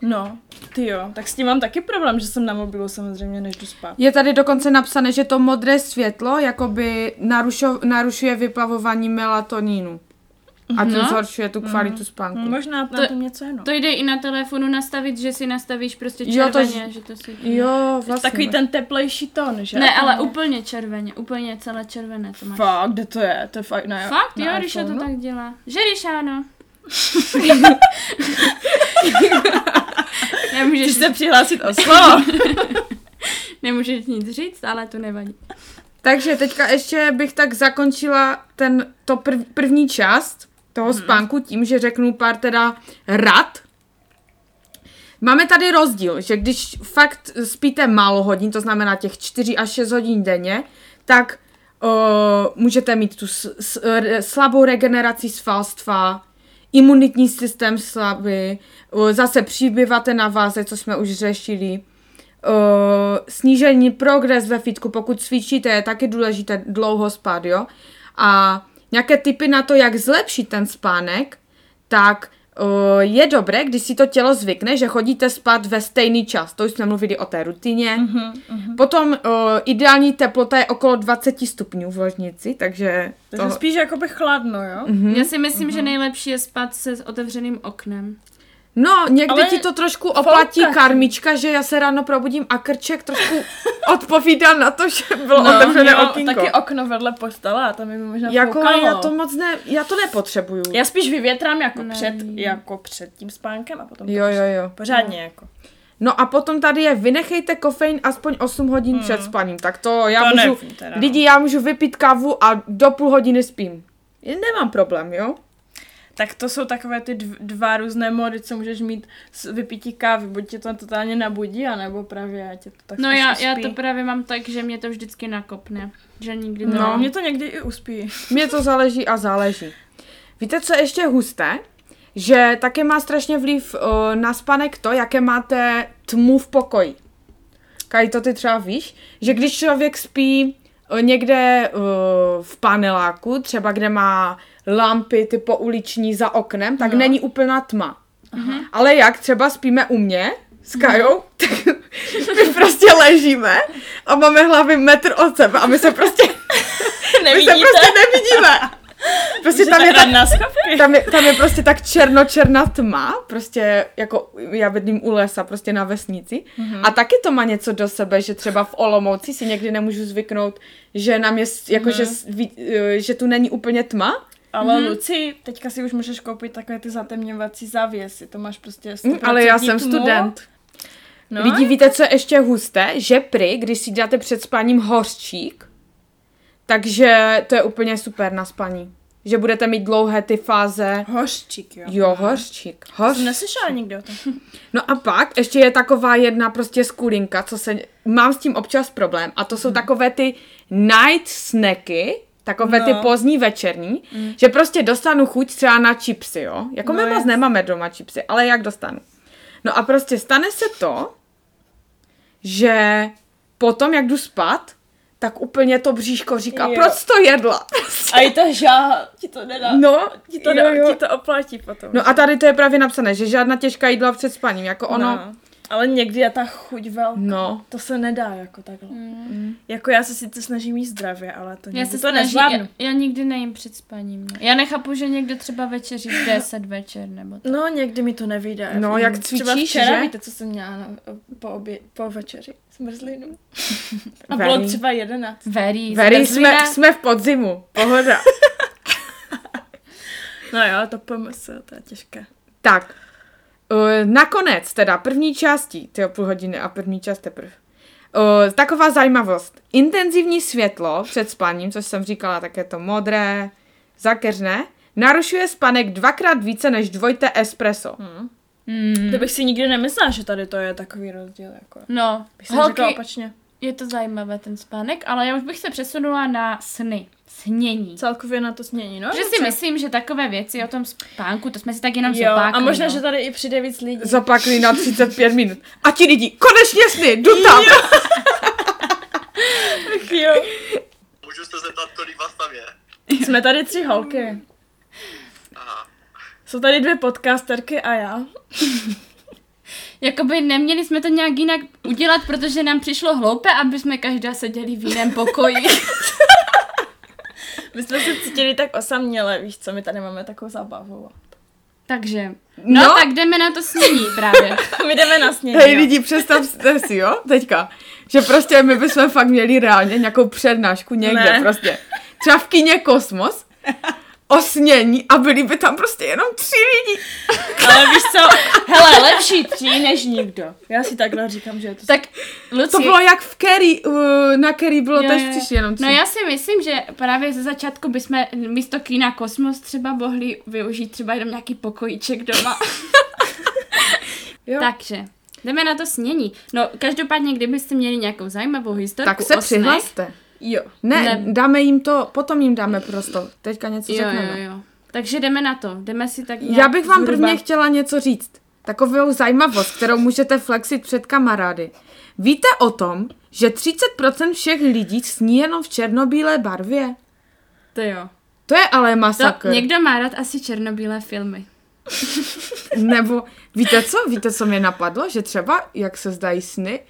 A: No, ty jo, tak s tím mám taky problém, že jsem na mobilu samozřejmě, než jdu spát.
C: Je tady dokonce napsané, že to modré světlo jakoby narušo, narušuje vyplavování melatonínu. A tím
B: No.
C: zhoršuje tu kvalitu spánku.
A: Mhm. Možná na
B: To-
A: tom něco no. jenom.
B: To jde i na telefonu nastavit, že si nastavíš prostě
C: Jo, to-
B: červeně, že to si...
C: Jo, vlastně.
A: Takový ten teplejší tón, že?
B: Ne, ale úplně červeně, úplně celé červené to máš.
A: Fakt, kde to je? To je fakt, ne,
B: Fakt,
A: na
B: jo, když to
A: iPhoneu?
B: tak dělá. Že když ano. nemůžeš,
A: Můžeš se přihlásit
C: Mhm.
A: o slovo.
B: nemůžeš nic říct, ale to nevadí.
C: Takže teďka ještě bych tak zakončila ten, to prv, první část toho
A: Mhm.
C: spánku tím, že řeknu pár teda rad. Máme tady rozdíl, že když fakt spíte málo hodin, to znamená těch 4 až 6 hodin denně, tak uh, můžete mít tu s, s, r, slabou regeneraci svalstva, imunitní systém slabý, uh, zase přibýváte na váze, co jsme už řešili. Uh, snížení progres ve fitku, pokud cvičíte, je taky důležité dlouho spát, jo? A nějaké typy na to, jak zlepšit ten spánek, tak uh, je dobré, když si to tělo zvykne, že chodíte spát ve stejný čas. To už jsme mluvili o té rutině.
A: Mhm.
C: Mm-hmm, mm-hmm. Potom uh, ideální teplota je okolo 20 stupňů v ložnici, takže
A: To je spíš jakoby chladno, jo?
B: Mm-hmm. Já si myslím, že nejlepší je spát se s otevřeným oknem.
C: No, někdy
A: Ale
C: ti to trošku oplatí
A: fouká.
C: karmička, že já se ráno probudím a krček trošku odpovídá na to, že bylo
A: No,
C: otevřené
A: jo,
C: okénko.
A: Taky okno vedle postele a tam je mi možná
C: Jako
A: foukalo.
C: já to moc ne, já to nepotřebuju.
A: Já spíš vyvětrám jako
B: Ne.
A: před, jako před tím spánkem a potom to
C: Jo,
A: prostě-
C: jo, jo.
A: pořádně jako.
C: No a potom tady je, vynechejte kofein aspoň 8 hodin hmm. před spaním. Tak to já
A: Mhm. To
C: můžu,
A: nevím teda, no.
C: lidi, já můžu vypít kávu a do půl hodiny spím. Je- Nemám problém, jo?
A: Tak to jsou takové ty dv- dva různé mody, co můžeš mít s vypití kávy, buď tě to totálně nabudí, anebo právě tě to tak
B: No
A: spíš
B: já,
A: uspí.
B: já to právě mám tak, že mě to vždycky nakopne. Že nikdy to...
A: No, mě to někdy i uspí.
C: Mně to záleží a záleží. Víte, co je ještě husté? Že také má strašně vliv uh, na spanek to, jaké máte tmu v pokoji. Kaj, to ty třeba víš? Že když člověk spí eh, někde uh, v paneláku, třeba kde má lampy ty pouliční za oknem, tak no. není úplná tma. Aha. Ale jak třeba spíme u mě s Kajou, tak my prostě ležíme a máme hlavy metr od sebe a my se prostě my se
A: Nevidíte?
C: prostě nevidíme. Prostě tam je, tak,
A: na schovky.
C: tam, je, tam je prostě tak černočerná tma, prostě jako já bydlím u lesa, prostě na vesnici. Mm-hmm. A taky to má něco do sebe, že třeba v Olomouci si někdy nemůžu zvyknout, že nám je, s- jako, mm-hmm. že, s- ví- eh, že tu není úplně tma.
A: Ale mm-hmm. Luci, teďka si už můžeš koupit takové ty zatemňovací závěsy, to máš prostě 100%
C: Mm, ale já jsem
A: tmu.
C: student.
A: No,
C: No, Lidi, víte, co je ještě husté? Že prý, když si dáte před spáním hořčík, takže to je úplně super na spaní. Že budete mít dlouhé ty fáze.
A: hořčík, jo.
C: Jo, hořčík.
A: Jsem
C: Hoř.
A: neslyšela nikdy o tom.
C: No a pak ještě je taková jedna prostě
A: Mhm.
C: skulinka, co se... Mám s tím občas problém a to jsou takové ty night snacky, takové ty
A: No. Mhm.
C: pozdní večerní, mm. že prostě dostanu chuť třeba na chipsy, jo? Jako
A: No,
C: my moc
A: jasně.
C: nemáme doma chipsy, ale jak dostanu? No a prostě stane se to, že potom, jak jdu spát, tak úplně to bříško říká,
A: Jo.
C: jo. proč jsi to jedla?
A: A i ta žáha ti to nedá.
C: No,
A: ti to,
C: jo,
A: nedá,
C: jo.
A: ti to oplatí potom.
C: No a tady to je právě napsané, že žádná těžká jídla před spaním, jako ono... No.
A: No, ale někdy je ta chuť velká.
C: no.
A: To se nedá jako takhle. Mm. Jako já se sice snažím jíst zdravě, ale to
B: Já
A: někdy
B: se
A: to
B: snaží,
A: nezvládnu.
B: já, já nikdy nejím před spaním. no. Já nechápu, že někdo třeba večeří v 10 večer nebo to.
A: No, někdy mi to nevyjde.
C: No, jak
A: Třeba
C: cvičíš,
A: včera,
C: že?
A: víte, co jsem měla na, po, obě, po večeři? Zmrzlinu. A
C: Very.
A: bylo třeba jedenáct.
B: Very,
C: Very,
B: zmrzlina.
C: jsme, jsme v podzimu, pohoda.
A: No jo, to PMS, to je těžké.
C: Tak, uh, nakonec teda první částí, ty půl hodiny a první část teprve. Uh, taková zajímavost. Intenzivní světlo před spaním, což jsem říkala, tak je to modré, zakeřné, narušuje spanek dvakrát více než dvojité espresso. Hmm.
A: To bych si nikdy nemyslela, že tady to je takový rozdíl. Jako.
B: No,
A: Bych si
B: holky,
A: řekla opačně.
B: je to zajímavé ten spánek, ale já už bych se přesunula na sny. Snění.
A: Celkově na to snění, no?
B: Že si myslím, že takové věci o tom spánku, to jsme si tak jenom
A: Jo,
B: zopákli.
A: a možná,
B: no.
A: že tady i přijde víc lidí.
C: Zapakli na 35 minut. A ti lidi, konečně sny, jdu tam!
A: jo.
D: Můžu se zeptat, kolik vás tam je?
A: Jsme tady tři holky.
D: Aha.
A: Jsou tady dvě podcasterky a já.
B: Jakoby neměli jsme to nějak jinak udělat, protože nám přišlo hloupé, aby jsme každá seděli v jiném pokoji.
A: My jsme se cítili tak osaměle, víš co, my tady máme takovou zábavu.
B: Takže, no,
C: No.
B: no tak jdeme na to snění právě.
A: My jdeme na snění.
C: Hej
A: jo.
C: lidi, představte si, jo, teďka, že prostě my bychom fakt měli reálně nějakou přednášku někde
A: Ne.
C: ne. prostě. Třeba v kině Kosmos, o snění a byli by tam prostě jenom tři lidi.
A: Ale víš co, hele, lepší tři než nikdo. Já si takhle říkám, že je to...
B: tak, Luci,
C: To bylo jak v Kerry, uh, na Kerry bylo
B: Jo,
C: jo, tež
B: jo, jo.
C: tři, jenom tři.
B: No já si myslím, že právě ze začátku bychom místo kina Kosmos třeba mohli využít třeba jenom nějaký pokojíček doma.
A: Jo.
B: Takže, jdeme na to snění. No, každopádně, kdybyste měli nějakou zajímavou historku
C: tak se
B: o snech,
C: přihlaste.
A: Jo.
C: Ne,
B: Ne.
C: ne, dáme jim to, potom jim dáme prostor. Teďka něco
B: Jo,
C: řekneme.
B: jo, jo. Takže jdeme na to. Jdeme si tak nějak
C: Já bych vám
B: zhruba.
C: prvně chtěla něco říct. Takovou zajímavost, kterou můžete flexit před kamarády. Víte o tom, že 30% všech lidí sní jenom v černobílé barvě?
B: To jo.
C: To je ale
B: To
C: masakr.
B: někdo má rád asi černobílé filmy.
C: Nebo víte co? Víte, co mě napadlo? Že třeba, jak se zdají sny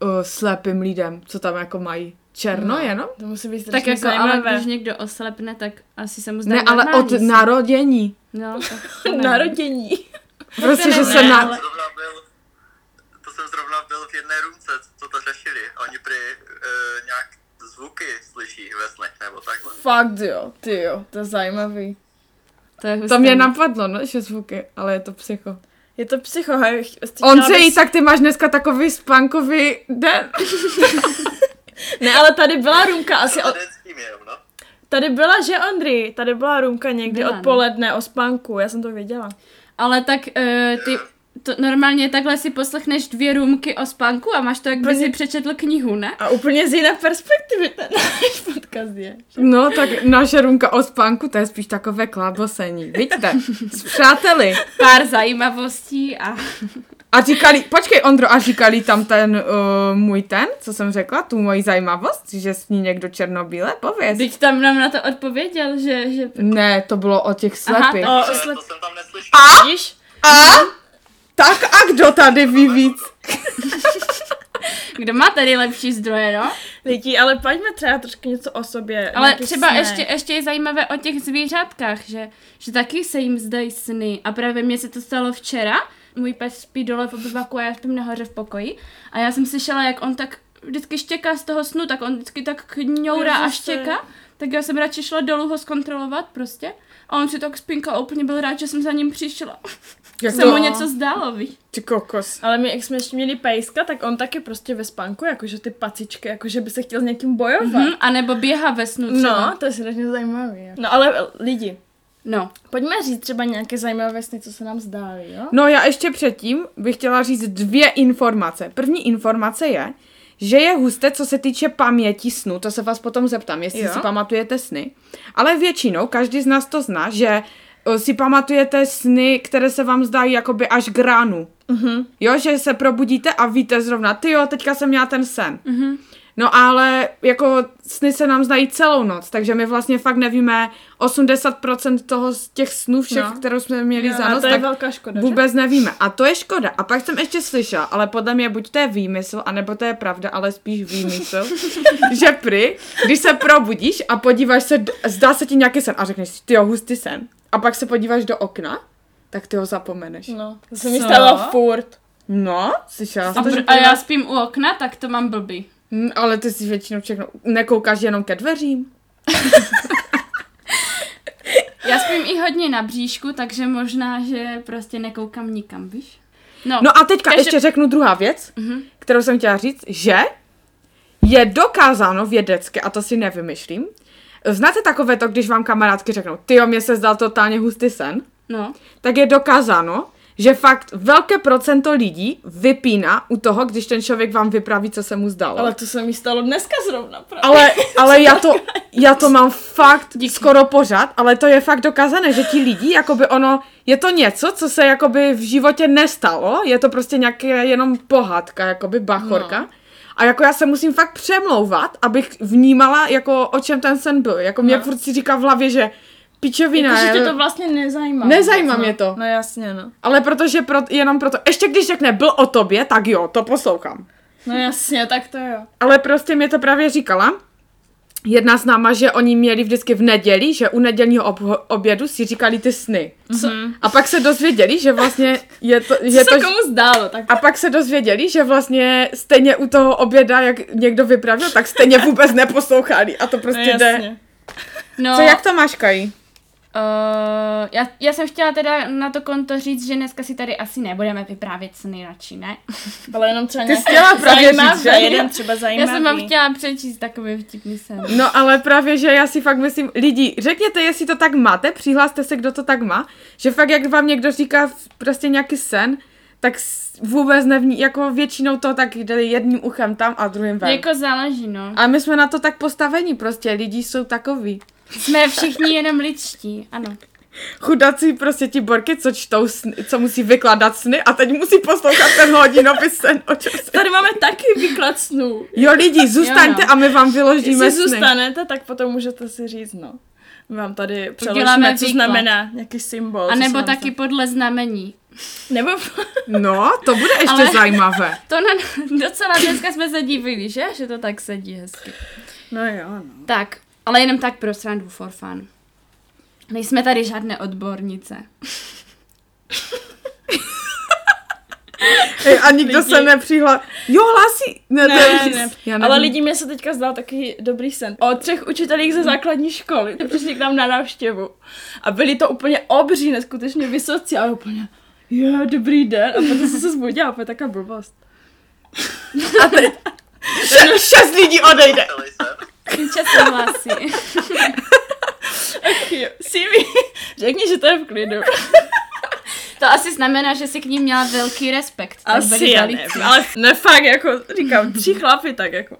C: uh, slepým lidem, co tam jako mají černo jenom?
A: To musí být
B: Tak
A: strašně
B: jako,
A: zajímavé.
B: ale když někdo oslepne, tak asi se mu zdá
C: Ne, ale od
B: normální.
C: narodění.
B: No, tak to nevím.
A: Narodění.
C: Prostě, že
B: ne,
C: se
B: ne,
C: na...
B: ale-
D: Zrovna byl, to jsem zrovna byl v jedné růmce, co to řešili. Oni prý eh, nějak zvuky slyší ve snech nebo takhle.
A: Fakt jo, ty jo, to je zajímavý.
B: To, je
C: To
B: hustý.
C: mě napadlo, no, že zvuky, ale je to psycho.
A: Je to psycho, hej, chtěla
C: On se
A: bys-
C: jí, tak ty máš dneska takový spánkový den.
A: Ne, ale tady byla rumka asi
D: A
A: od...
D: jeden s tím jenom, no.
A: Tady byla, že Andri? Tady byla rumka někdy
B: Byla, no.
A: odpoledne o spánku, já jsem to věděla.
B: Ale tak eh, ty to normálně takhle si poslechneš dvě růmky o spánku a máš to, jak by si přečetl knihu, ne?
A: A úplně z jiné perspektivy ten náš podcast je.
C: No, tak naše rumka o spánku, to je spíš takové klábosení. Vidíte, s přáteli.
B: Pár zajímavostí a...
C: A říkali, počkej Ondro, a říkali tam ten uh, můj ten, co jsem řekla, tu moji zajímavost, že sní někdo černobíle, pověz.
B: Teď tam nám na to odpověděl, že... že...
C: Ne, to bylo o těch slepých.
A: Aha, o-
C: Aha, o...
D: Ale
A: osle-
D: to jsem tam neslyšel.
A: Vidíš?
C: A? Tak a kdo tady ví víc?
B: Kdo má tady lepší zdroje, no?
A: Lidi, ale pojďme třeba trošku něco o sobě.
B: Ale
A: nějaký
B: třeba
A: sny.
B: ještě, ještě je zajímavé o těch zvířátkách, že, že taky se jim zdají sny. A právě mně se to stalo včera. Můj pes spí dole v obyvaku a já spím nahoře v pokoji. A já jsem slyšela, jak on tak vždycky štěká z toho snu, tak on vždycky tak kňoura a
A: Ježiši.
B: štěká. Tak já jsem radši šla dolů ho zkontrolovat prostě. A on si tak spinkal a úplně byl rád, že jsem za ním přišla.
C: Jak
B: Se mu
C: to?
B: něco zdálo, víš?
C: Ty kokos.
A: Ale my, jak jsme ještě měli pejska, tak on taky prostě ve spánku, jakože ty pacičky, jakože by se chtěl s někým bojovat.
B: Hm,
C: Mhm.
B: a nebo běhá ve snu třeba.
A: No, to je strašně zajímavé. No ale lidi,
B: no.
A: pojďme říct třeba nějaké zajímavé sny, co se nám zdály, jo?
C: No já ještě předtím bych chtěla říct dvě informace. První informace je, že je husté, co se týče paměti snu, to se vás potom zeptám, jestli
A: Jo.
C: si pamatujete sny. Ale většinou, každý z nás to zná, že eh, si pamatujete sny, které se vám zdají jakoby až k ránu.
A: Mhm.
C: Mm-hmm. Jo, že se probudíte a víte zrovna, ty jo, teďka jsem měla ten sen.
A: Mhm.
C: Mm-hmm. No ale jako sny se nám zdají celou noc, takže my vlastně fakt nevíme 80% toho z těch snů všech,
A: No.
C: no. kterou jsme měli
A: Jo,
C: za
A: a
C: noc,
A: to je
C: tak
A: velká škoda, že?
C: vůbec nevíme. A to je škoda. A pak jsem ještě slyšela, ale podle mě buď to je výmysl, anebo to je pravda, ale spíš výmysl, že pry, když se probudíš a podíváš se, d- zdá se ti nějaký sen a řekneš si, ty jo, hustý sen. A pak se podíváš do okna, tak ty ho zapomeneš.
A: No, to se mi
B: Co?
A: stalo furt.
C: No, slyšela
B: A,
C: jsi to, že
B: pr- a já spím u okna, tak to mám blbý.
C: Hm, ale ty si většinou všechno, nekoukáš jenom ke dveřím.
B: Já spím i hodně na bříšku, takže možná, že prostě nekoukám nikam, víš?
C: No a teďka
B: Každě-
C: ještě řeknu druhá věc, mm-hmm. kterou jsem chtěla říct, že je dokázáno vědecky, a to si nevymyšlím, znáte takové to, když vám kamarádky řeknou, ty jo, mně se zdal totálně hustý sen,
B: no.
C: tak je dokázáno, že fakt velké procento lidí vypíná u toho, když ten člověk vám vypraví, co se mu zdalo.
A: Ale to se mi stalo dneska zrovna, právě.
C: Ale, ale já, to, já to mám fakt Díky. skoro pořád, ale to je fakt dokázané, že ti lidi, jakoby ono, je to něco, co se jakoby v životě nestalo, je to prostě nějaké jenom pohádka, jakoby bachorka. No. A jako já se musím fakt přemlouvat, abych vnímala, jako o čem ten sen byl. Jako mě
A: No.
C: no. furt si říká v hlavě, že pičovina.
A: Jakože
C: já-
A: tě to vlastně nezajímá.
C: Nezajímá
A: vůbec,
C: mě
A: no.
C: to.
A: No jasně, no.
C: Ale protože pro, jenom proto, ještě když řekne byl o tobě, tak jo, to poslouchám.
A: No jasně, tak to jo.
C: Ale prostě mě to právě říkala. Jedna z náma, že oni měli vždycky v neděli, že u nedělního ob- obědu si říkali ty sny.
A: Co,
C: A pak se dozvěděli, že vlastně je to...
A: Mhm. co
C: Je
A: se
C: to
A: komu zdálo, tak
C: a pak se dozvěděli, že vlastně stejně u toho oběda, jak někdo vypravil, tak stejně vůbec neposlouchali. A to
A: no,
C: prostě jde.
A: jasně.
B: No,
C: Co, jak to máš, Kají?
B: Uh, já, já jsem chtěla teda na to konto říct, že dneska si tady asi nebudeme vyprávět sny radši, ne?
A: Ale jenom třeba
C: Ty jsi
A: nějaké
C: chtěla právě říct,
A: zajímavé,
C: že?
A: jeden třeba
B: Já
A: zajímavý.
B: jsem vám chtěla přečíst takový vtipný sen.
C: No ale právě, že já si fakt myslím, lidi, řekněte, jestli to tak máte, přihlaste se, kdo to tak má, že fakt jak vám někdo říká v- prostě nějaký sen, tak s- vůbec nevní, jako většinou to tak jde jedním uchem tam a druhým ven.
B: Jako záleží, no.
C: A my jsme na to tak postaveni prostě, lidi jsou takový.
B: Jsme všichni jenom lidští, ano.
C: Chudací prostě ti borky, co čtou sny, co musí vykládat sny a teď musí poslouchat ten hodinový sen o čase.
A: Tady máme taky výklad snů.
C: Jo lidi, zůstaňte
B: Jo,
C: a my vám vyložíme
A: Jestli
C: sny.
A: zůstanete, tak potom můžete si říct, no. My vám tady přeložíme,
B: Uděláme
A: co
B: výklad.
A: znamená nějaký symbol.
B: A
A: co se
B: nebo
A: vám
B: taky podle znamení.
A: zdá- Nebo...
C: No, to bude ještě
B: Ale-
C: zajímavé.
B: To na, docela dneska jsme se divili, že? Že to tak sedí hezky.
A: No jo, no.
B: Tak, ale jenom tak pro srandu, for fun. Nejsme tady žádné odbornice.
C: Ej, a nikdo
A: Lidi.
C: se nepřihla... Jo, hlásí! Ne, to
A: Ne,
C: je-
A: ne.
C: Já
A: Ale
C: nevím.
A: lidi mě se teďka zdal taky dobrý sen. O třech učitelích ze základní školy, ty přišli k nám na návštěvu. A byli to úplně obří, neskutečně vysocí a já úplně, jo, dobrý den. A potom jsem se zbudila, úplně taká blbost.
C: Še- šest lidí odejde!
D: Celý sen.
B: Čas se hlásí.
A: Jo, Simi, řekni, že to je v klidu.
B: To asi znamená, že si k ní měla velký respekt. Tak
A: Asi,
B: byli
A: já
B: velicí.
A: nevím, ale ne fakt, jako říkám, tři chlapy, tak jako.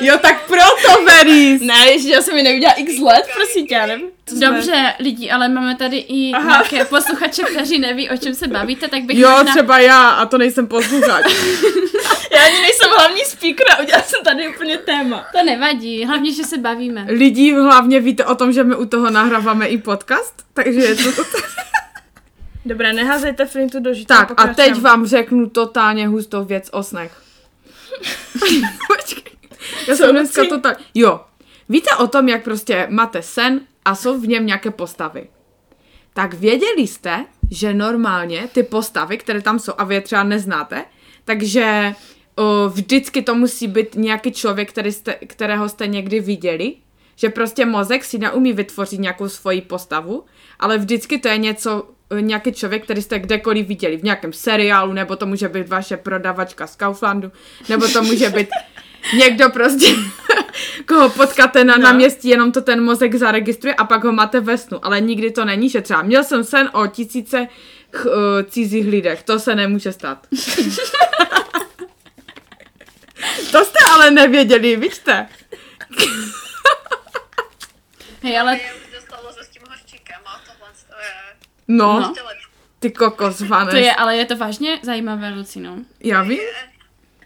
C: Jo, tak proto, Veris!
A: Ne, ještě já jsem ji neudělala x let, prosím tě, já nevím. co jsme-
B: Dobře, lidi, ale máme tady i
A: Aha.
B: nějaké posluchače, kteří neví, o čem se bavíte, tak bych
C: Jo,
B: možná...
C: třeba já, a to nejsem posluchač.
A: Já ani nejsem hlavní speaker a udělala jsem tady úplně téma.
B: To nevadí, hlavně, že se bavíme.
C: Lidi hlavně víte o tom, že my u toho nahráváme i podcast, takže je to...
A: Dobré, neházejte flintu do žita.
C: Tak, a teď vám řeknu totálně hustou věc o snech. Počkej. Já jsem dneska
A: nocí?
C: totálně... Jo. Víte o tom, jak prostě máte sen a jsou v něm nějaké postavy. tak věděli jste, že normálně ty postavy, které tam jsou a vy je třeba neznáte, takže o, vždycky to musí být nějaký člověk, který jste, kterého jste někdy viděli, že prostě mozek si neumí vytvořit nějakou svoji postavu, ale vždycky to je něco, e, nějaký člověk, který jste kdekoliv viděli, v nějakém seriálu, nebo to může být vaše prodavačka z Kauflandu, nebo to může být někdo prostě, koho potkáte na no. náměstí, jenom to ten mozek zaregistruje a pak ho máte ve snu. Ale nikdy to není, že třeba měl jsem sen o eh, tisíce ch, uh, cizích lidech. To se nemůže stát. To jste ale nevěděli, vidíte?
B: Hej, ale
F: Je už dostalo se s tím horčíkem a tohle eh, to je
C: No,
B: No.
F: lepší.
C: ty kokos,
B: to
C: Vanes.
B: je, ale je to vážně zajímavé, Lucino.
C: Já vím,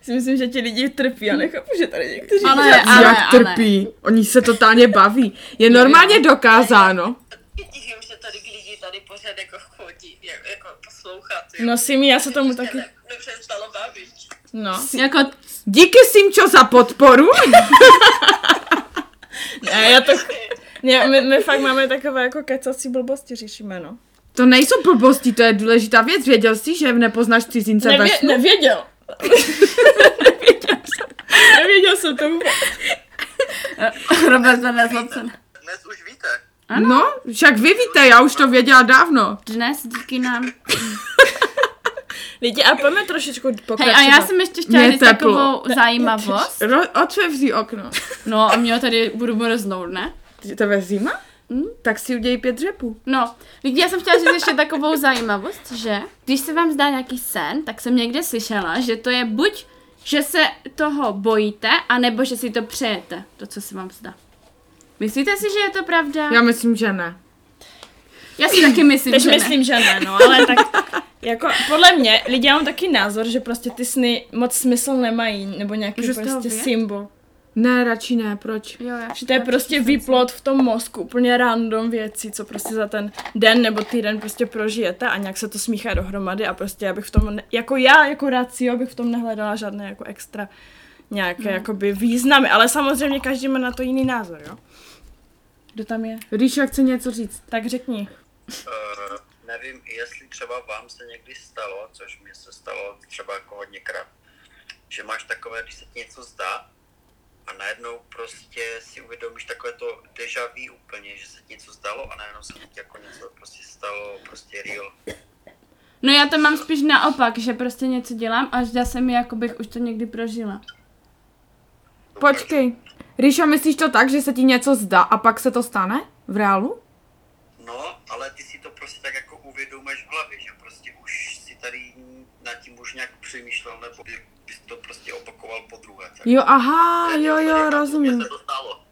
A: Si myslím, že ti lidi trpí a nechápu, že tady někteří...
B: Ale, ale,
C: jak trpí. Oni se totálně baví. Je normálně dokázáno.
F: Je divím, že tady lidi tady pořád jako chodí, jak- jako poslouchat. jo.
A: No Simi, já se
F: Mě
A: tomu
F: prostě
A: taky...
F: ne- Nepřestalo bavit.
A: No.
B: Ale, jako,
C: Díky Simčo za podporu.
A: Ne, já to... Ne, my, my fakt máme takové jako kecací blbosti řešíme, no.
C: To nejsou blbosti, to je důležitá věc. Věděl jsi, že nepoznáš cizince ve
A: Nevě,
C: snu?
A: nevěděl. nevěděl jsem tomu.
B: Robert to nezlob se.
D: Dnes už víte.
C: No, však vy víte, já už to věděla dávno.
B: Dnes díky nám.
A: Lidi, a pojďme trošičku pokračovat.
B: Hej, a já jsem ještě chtěla
C: Mně je
B: říct
C: teplo.
B: takovou zajímavost.
C: Ro- otevři okno.
B: No a mě ho tady budu mrznout, ne?
C: Ty- To je zima? Tak si udělej pět řepů.
B: No, lidi, já jsem chtěla říct ještě takovou zajímavost, že když se vám zdá nějaký sen, tak jsem někde slyšela, že to je buď, že se toho bojíte, anebo že si to přejete, to, co se vám zdá. Myslíte si, že je to pravda?
C: Já myslím, že ne.
B: Já si taky myslím,
A: Teď
B: že ne.
A: myslím, že ne, no, ale tak jako podle mě lidi já mám taky názor, že prostě ty sny moc smysl nemají, nebo nějaký
B: Můžu z toho
A: prostě
B: vyjet?
A: symbol.
C: Ne, radši ne, proč?
B: Jo, já
A: Že to je prostě výplot v tom mozku, úplně random věci, co prostě za ten den nebo týden prostě prožijete a nějak se to smíchá dohromady a prostě já bych v tom, ne, jako já, jako racio, bych v tom nehledala žádné jako extra nějaké
B: No.
A: jakoby významy, ale samozřejmě každý má na to jiný názor, jo? Kdo tam je?
C: Ríša chce něco říct.
A: Tak řekni.
D: Eh, nevím, jestli třeba vám se někdy stalo, což mě se stalo třeba jako hodněkrát, že máš takové, když se ti něco zdá a najednou prostě si uvědomíš takové to deja vu úplně, že se ti něco zdalo a najednou se ti jako něco prostě stalo, prostě real.
B: No já to mám spíš naopak, že prostě něco dělám a zdá se mi, jako bych už to někdy prožila.
C: Počkej. Ríša, myslíš to tak, že se ti něco zdá a pak se to stane? V reálu?
D: No, ale ty si to prostě tak jako uvědomuješ v hlavě, že prostě už si tady nad tím už nějak přemýšlel, nebo by- bys to prostě opakoval po druhé. tak.
C: Jo, aha, jo, jo,
D: Mně
C: rozumím.
D: se to stalo.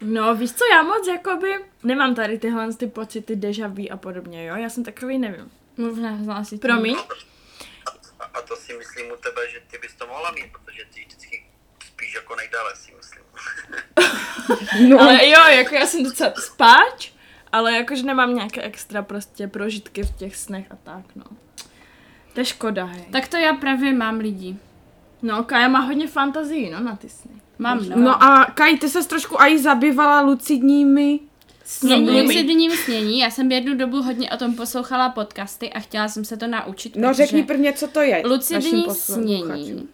A: No víš co, já moc jakoby nemám tady tyhle ty pocity deja vu a podobně, jo? Já jsem takový, nevím.
B: Možná hlásit.
A: Promiň?
D: A- A to si myslím u tebe, že ty bys to mohla mít, protože ty vždycky spíš jako nejdále si myslím.
A: Ale jo, jako já jsem docela spáč, ale jakože nemám nějaké extra prostě prožitky v těch snech a tak, no. To je škoda, hej. Tak,
B: Tak to já právě mám lidi.
A: no, Kaja má hodně fantazii, no, na ty sny.
B: Mám, no.
C: No a Kaj, ty se trošku aj zabývala lucidními.
B: Snění,
A: No,
B: lucidním snění. Já jsem jednu dobu hodně o tom poslouchala podcasty a chtěla jsem se to naučit.
C: No
B: protože
C: řekni prvně, co to je. našim
B: Lucidní
C: posluchačům.
B: snění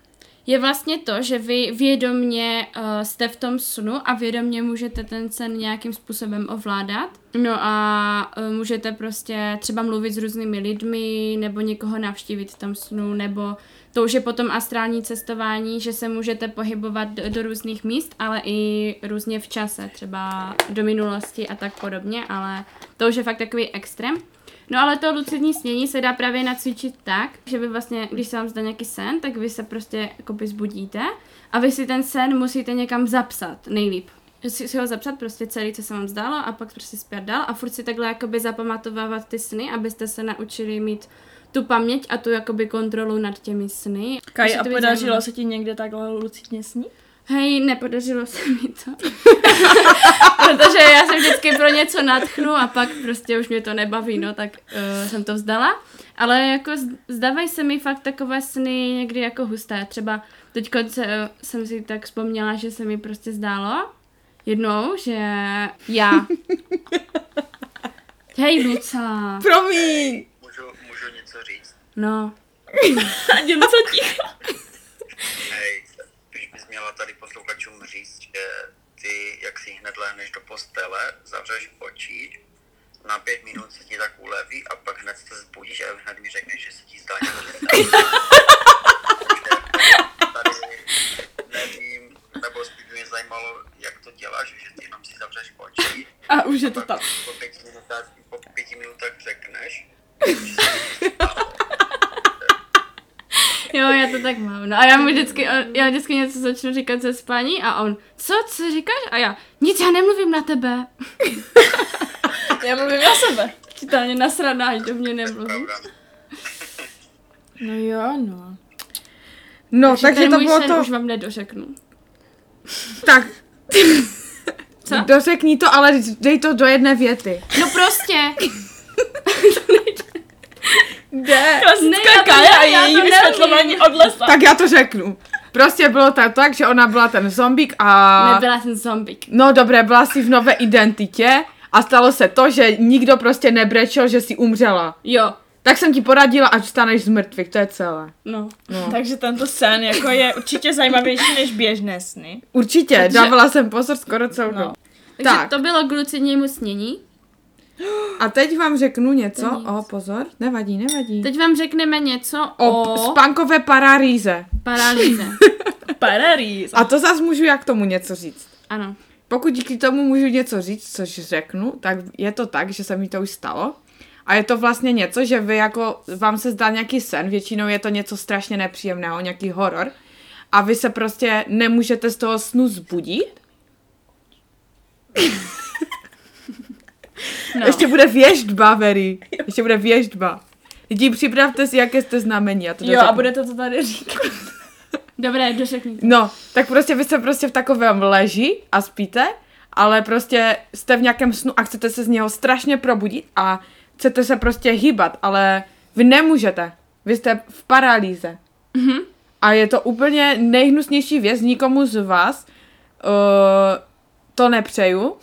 B: je vlastně to, že vy vědomně uh, jste v tom snu a vědomně můžete ten sen nějakým způsobem ovládat. No a uh, můžete prostě třeba mluvit s různými lidmi, nebo někoho navštívit v tom snu, nebo to už je potom astrální cestování, že se můžete pohybovat do, do různých míst, ale i různě v čase, třeba do minulosti a tak podobně, ale to už je fakt takový extrém. No ale to lucidní snění se dá právě nacvičit tak, že vy vlastně, když se vám zdá nějaký sen, tak vy se prostě jakoby zbudíte a vy si ten sen musíte někam zapsat, nejlíp. Si, si ho zapsat prostě celý, co se vám zdálo a pak prostě zpět dál a furt si takhle jakoby zapamatovávat ty sny, abyste se naučili mít tu paměť a tu jakoby kontrolu nad těmi sny.
A: Kaj,
B: Musí
A: a
B: to být
A: podařilo
B: zajímavé.
A: se ti někde takhle lucidně snít?
B: Hej, nepodařilo se mi to. Protože já se vždycky pro něco natchnu a pak prostě už mě to nebaví, no tak uh, jsem to vzdala. Ale jako z- zdávají se mi fakt takové sny někdy jako husté. Třeba teď se, eh, jsem si tak vzpomněla, že se mi prostě zdálo jednou, že já... Hej, Luca.
C: Promiň.
D: Můžu, můžu něco říct?
B: No.
A: Ani co ti?
D: Hej, když bys měla tady posluchačům říct, že ty, jak si hned lehneš do postele, zavřeš oči, na pět minut se ti tak uleví a pak hned se zbudíš a hned mi řekneš, že se ti zdá něco. tady nevím, nebo spíš by mě zajímalo, jak to děláš, že ty jenom si zavřeš oči
A: A už je to tam.
D: pak po pěti minutách, po pěti minutách řekneš,
B: Jo, já to tak mám. No a já mu vždycky, on- já vždycky něco začnu říkat ze spaní a on, co, co říkáš? A já, nic, já nemluvím na tebe.
A: Já mluvím na sebe.
B: Totálně nasraná, až do mě
A: Mhm.
B: nemluví.
D: Pravda.
A: No jo, no.
C: No, takže,
B: ten
C: to
B: můj
C: bylo
B: sen
C: to.
B: už vám nedořeknu.
C: Tak.
B: Co?
C: Dosekni to, ale dej to do jedné věty.
B: No prostě.
C: Jde.
B: Ne, já
A: Klasická
B: to-
A: Kaja a
B: já to
A: její
B: neumím.
A: vysvětlování od lesa.
C: Tak já to řeknu. Prostě bylo to tak, že ona byla ten zombík a...
B: Nebyla jsem zombik.
C: No dobré, byla si v nové identitě a stalo se to, že nikdo prostě nebrečel, že si umřela.
B: Jo,
C: Tak jsem ti poradila, ať vstaneš z mrtvých, to je celé.
B: no.
A: Takže tento sen jako je určitě zajímavější než běžné sny.
C: Určitě,
B: Takže-
C: dávala jsem pozor skoro celou
A: No.
C: dobu.
B: Takže
C: Tak.
B: to bylo k lucidnímu snění.
C: A teď vám řeknu něco,
B: nic.
C: o pozor, nevadí, nevadí.
B: Teď vám řekneme něco
C: O,
B: o,
C: o spánkové paralýze.
B: paralýze.
A: Pararýz.
C: A to zas můžu já k tomu něco říct.
B: Ano.
C: Pokud díky tomu můžu něco říct, což řeknu, tak je to tak, že se mi to už stalo. A je to vlastně něco, že vy jako, vám se zdá nějaký sen, většinou je to něco strašně nepříjemného, nějaký horor. A vy se prostě nemůžete z toho snu zbudit.
B: No.
C: No. Ještě bude věždba, Very. Ještě bude věždba. Lidi, připravte si, jaké jste znamení. A to
A: Jo,
C: dořeknu.
A: a budete to tady říkat.
B: Dobré, dořekni.
C: No, tak prostě vy jste prostě v takovém leží a spíte, ale prostě jste v nějakém snu a chcete se z něho strašně probudit a chcete se prostě hýbat, ale vy nemůžete. Vy jste v paralýze. Mm-hmm. A je to úplně nejhnusnější věc nikomu z vás. Uh, to nepřeju.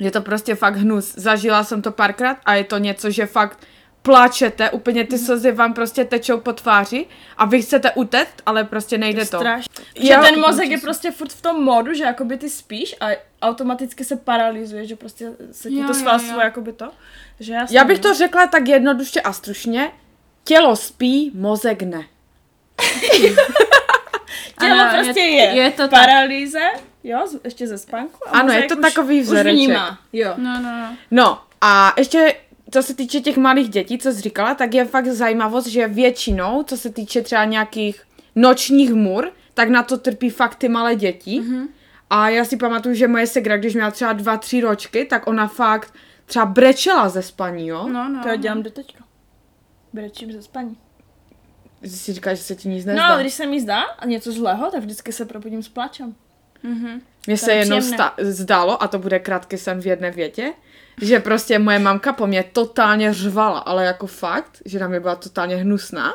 C: Je to prostě fakt hnus. Zažila jsem to párkrát a je to něco, že fakt plačete, úplně ty slzy vám prostě tečou po tváři a vy chcete utéct, ale prostě nejde to.
A: Strašně. Že
C: Jo.
A: ten mozek je prostě furt v tom módu, že jakoby ty spíš a automaticky se paralizuje, že prostě se ti
B: Jo,
A: to
B: jo, jo.
A: sváslo, jakoby to. Že jasný,
C: Já bych
A: no.
C: to řekla tak jednoduše a stručně. Tělo spí, mozek ne.
A: Tělo
B: Ano,
A: prostě
B: je-
A: je,
B: je to tak.
A: paralýze, jo, z, ještě ze spánku. A
C: Ano,
A: mozek
C: je to
A: už,
C: takový
A: Už
C: vzoreček.
A: vnímá, jo.
B: No, no, no.
C: No a ještě co se týče těch malých dětí, co jsi říkala, tak je fakt zajímavost, že většinou, co se týče třeba nějakých nočních mur, tak na to trpí fakt ty malé děti.
A: Mhm.
C: Mm-hmm. A já si pamatuju, že moje segra, když měla třeba dva, tři ročky, tak ona fakt třeba brečela ze spaní, jo?
B: No, no.
A: To já dělám do teďka. Brečím ze spaní.
C: Že si říká, že se ti nic
A: No,
C: nezdá.
A: ale když se mi zdá a něco zlého, tak vždycky se probudím s pláčem.
C: Mně
A: To
C: se
A: je
C: jenom
A: příjemné.
C: sta- zdálo, a to bude krátký sen v jedné větě, že prostě moje mamka po mně totálně řvala, ale jako fakt, že na mě byla totálně hnusná.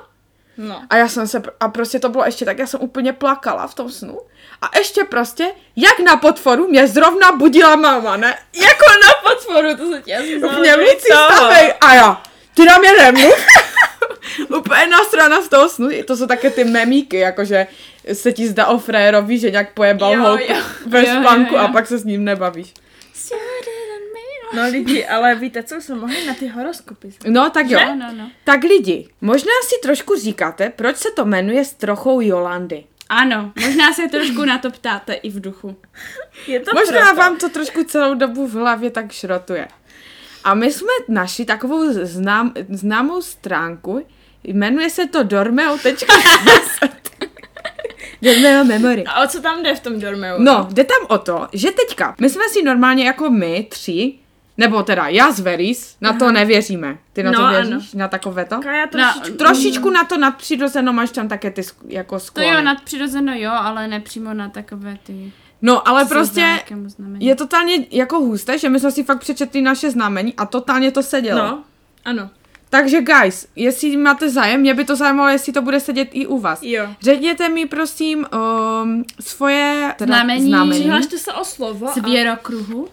A: No.
C: A já jsem se, pr- a prostě to bylo ještě tak, já jsem úplně plakala v tom snu. A ještě prostě, jak na potvoru, mě zrovna budila máma, ne? Jako na
A: Potvoru, to se tě asi
C: potvoru, No, mě Luci stavej. A já, ty na mě nemluv. úplně nasrana z toho snu. To jsou také ty memíky, jakože se ti zdá o frérovi, že nějak pojebal
B: Jo,
C: holku
B: jo.
C: ve
B: Jo, jo,
C: spánku
B: jo.
C: a pak se s ním nebavíš.
A: No lidi, ale víte, co jsme mohli na ty horoskopy?
C: No tak jo.
B: No, no, no.
C: Tak lidi, možná si trošku říkáte, proč se to jmenuje s trochou Jolandy.
B: Ano, možná se trošku na to ptáte i v duchu.
A: Je to
C: Možná
A: proto.
C: vám to trošku celou dobu v hlavě tak šrotuje. A my jsme našli takovou znám, známou stránku, jmenuje se to dormeo.cz Dormeo Memory.
A: A o co tam jde v tom dormeu?
C: No, jde tam o to, že teďka, my jsme si normálně jako my tři, nebo teda já z Veris, na to nevěříme. Ty na to
A: No,
C: věříš?
A: ano.
C: Na takové to?
A: Já trošičku...
B: No,
C: Trošičku na to nadpřirozeno máš tam také ty sk- jako
B: To
C: sklony.
B: jo, nadpřirozeno jo, ale nepřímo na takové ty...
C: No, ale
B: co se zdá
C: prostě
B: nějakému znamení.
C: je totálně jako husté, že my jsme si fakt přečetli naše znamení a totálně to sedělo.
A: No, ano.
C: Takže guys, jestli máte zájem, mě by to zajímalo, jestli to bude sedět i u vás.
A: Jo.
C: Řekněte mi prosím um, svoje teda
B: Znamení. Přihlašte-
A: Přihlašte se o slovo
B: Z věrokruhu?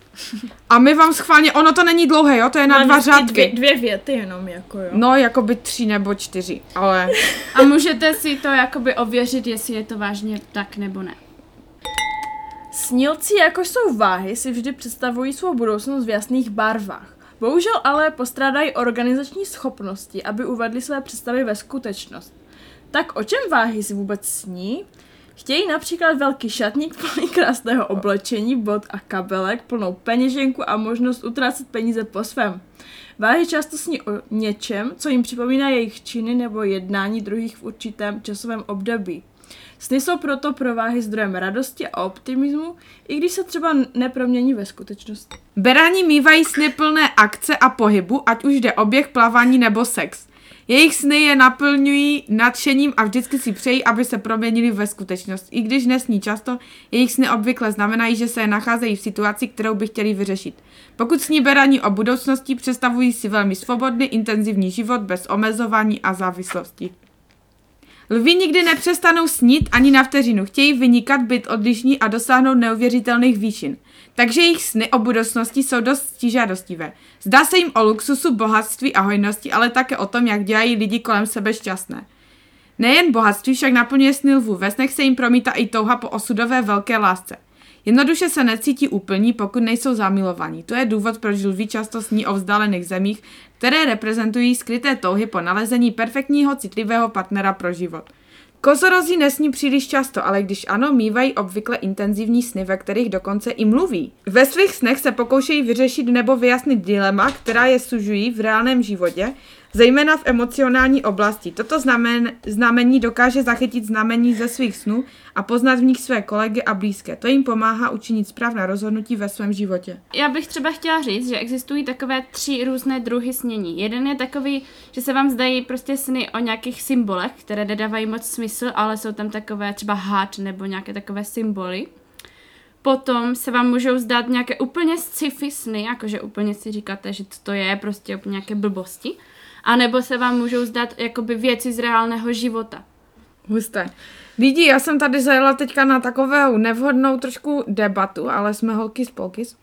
C: A my vám schválně, ono to není dlouhé, jo, to je na
A: Mám
C: dva
A: vždycky
C: řádky.
A: Dvě, dvě věty jenom, jako jo.
C: No, jako by tři nebo čtyři, ale
B: A můžete si to jakoby ověřit, jestli je to vážně tak nebo ne.
A: Snílci, jako jsou váhy, si vždy představují svou budoucnost v jasných barvách. Bohužel ale postrádají organizační schopnosti, aby uvedli své představy ve skutečnost. Tak o čem váhy si vůbec sní? Chtějí například velký šatník plný krásného oblečení, bod a kabelek, plnou peněženku a možnost utrácet peníze po svém. Váhy často sní o něčem, co jim připomíná jejich činy nebo jednání druhých v určitém časovém období. Sny jsou proto pro váhy zdrojem radosti a optimismu, i když se třeba nepromění ve skutečnost.
C: Berani mývají sny plné akce a pohybu, ať už jde o běh, plavání nebo sex. Jejich sny je naplňují nadšením a vždycky si přejí, aby se proměnili ve skutečnost. I když nesní často, jejich sny obvykle znamenají, že se nacházejí v situaci, kterou by chtěli vyřešit. Pokud sní beraní o budoucnosti, představují si velmi svobodný, intenzivní život bez omezování a závislosti. Lvi nikdy nepřestanou snít ani na vteřinu, chtějí vynikat, být odlišní a dosáhnout neuvěřitelných výšin. Takže jejich sny o budoucnosti jsou dost stížadostivé. Zdá se jim o luxusu, bohatství a hojnosti, ale také o tom, jak dělají lidi kolem sebe šťastné. Nejen bohatství však naplňuje sny lvů, ve snech se jim promítá i touha po osudové velké lásce. Jednoduše se necítí úplní, pokud nejsou zamilovaní. To je důvod, proč lví často sní o vzdálených zemích, které reprezentují skryté touhy po nalezení perfektního citlivého partnera pro život. Kozorozí nesní příliš často, ale když ano, mývají obvykle intenzivní sny, ve kterých dokonce i mluví. Ve svých snech se pokoušejí vyřešit nebo vyjasnit dilema, která je sužují v reálném životě, zejména v emocionální oblasti. Toto znamen, znamení dokáže zachytit znamení ze svých snů a poznat v nich své kolegy a blízké. To jim pomáhá učinit správná rozhodnutí ve svém životě.
B: Já bych třeba chtěla říct, že existují takové tři různé druhy snění. Jeden je takový, že se vám zdají prostě sny o nějakých symbolech, které nedávají moc smysl, ale jsou tam takové třeba had nebo nějaké takové symboly. Potom se vám můžou zdát nějaké úplně sci-fi sny, jakože úplně si říkáte, že to je prostě úplně nějaké blbosti. A nebo se vám můžou zdát jakoby věci z reálného života.
C: Husté. Lidi, já jsem tady zajela teďka na takovou nevhodnou trošku debatu, ale jsme holky z polkys.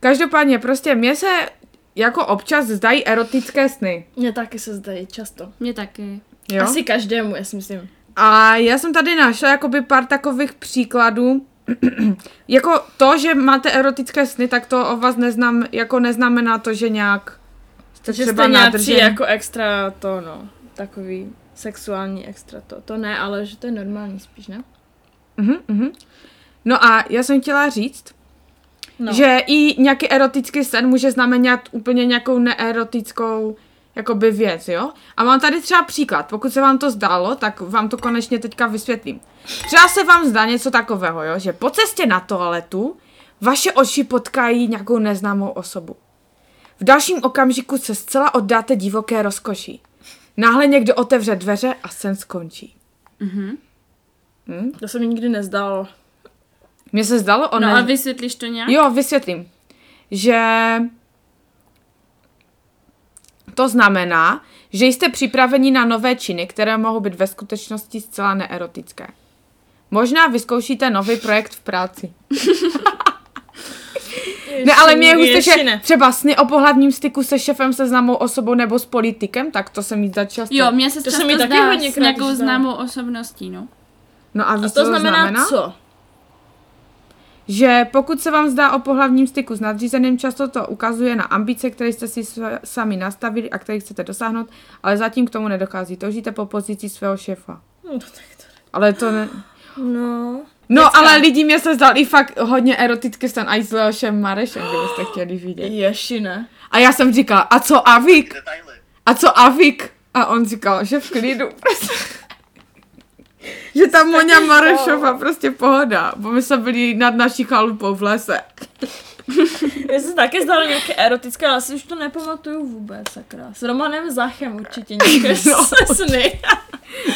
C: Každopádně prostě mě se jako občas zdají erotické sny.
A: Mně taky se zdají často.
B: Mně taky.
C: Jo?
A: Asi každému, já si myslím.
C: A já jsem tady našla jakoby pár takových příkladů. jako to, že máte erotické sny, tak to o vás neznám, jako neznamená to, že nějak jste
A: Že
C: třeba
A: jste nějací
C: nadržen.
A: jako extra to, no, takový sexuální extra to. To ne, ale že to je normální spíš, ne?
C: Mhm, mhm. No a já jsem chtěla říct,
A: No.
C: No. Že i nějaký erotický sen může znamenat úplně nějakou neerotickou jakoby věc, jo? A mám tady třeba příklad, pokud se vám to zdálo, tak vám to konečně teďka vysvětlím. Třeba se vám zdá něco takového, jo? Že po cestě na toaletu vaše oči potkají nějakou neznámou osobu. V dalším okamžiku se zcela oddáte divoké rozkoší. Náhle někdo otevře dveře a sen skončí.
A: To se mi nikdy nezdálo.
C: Mně se zdalo, ono...
B: No a vysvětlíš to nějak?
C: Jo, vysvětlím. Že to znamená, že jste připraveni na nové činy, které mohou být ve skutečnosti zcela neerotické. Možná vyzkoušíte nový projekt v práci. Ne, ale mě je hustě,
A: Ještě
C: že
A: ne.
C: třeba sny o pohlavním styku se šefem, se známou osobou nebo s politikem, tak to se mi zdá často.
B: Jo, mně se
A: To se
B: často
A: mi taky
B: zdá s
A: hodněkrát
B: nějakou
A: zdá.
B: známou osobností, no.
C: no a,
A: A
C: víš,
A: to
C: co
A: znamená,
C: znamená
A: co?
C: že pokud se vám zdá o pohlavním styku s nadřízeným, často to ukazuje na ambice, které jste si sva- sami nastavili a které chcete dosáhnout, ale zatím k tomu nedochází. Toužíte po pozici svého šéfa.
A: No, tak to...
C: Ale to ne...
A: No.
C: No, ale lidi mě se zdal i fakt hodně erotický stan i s Leošem Marešem, kdybyste chtěli vidět.
A: Ještě ne.
C: A já jsem říkala, a co Avik?
D: Detaily.
C: A co Avik? A on říkal, že v klidu, prostě. že ta Moňa Marešová prostě pohoda, bo my jsme byli nad naší chalupou v lese.
A: Mně se taky zdálo nějaké erotické, ale já si už to nepamatuju vůbec, sakra. S Romanem Zachem určitě nějaké
C: No,
A: no, sny.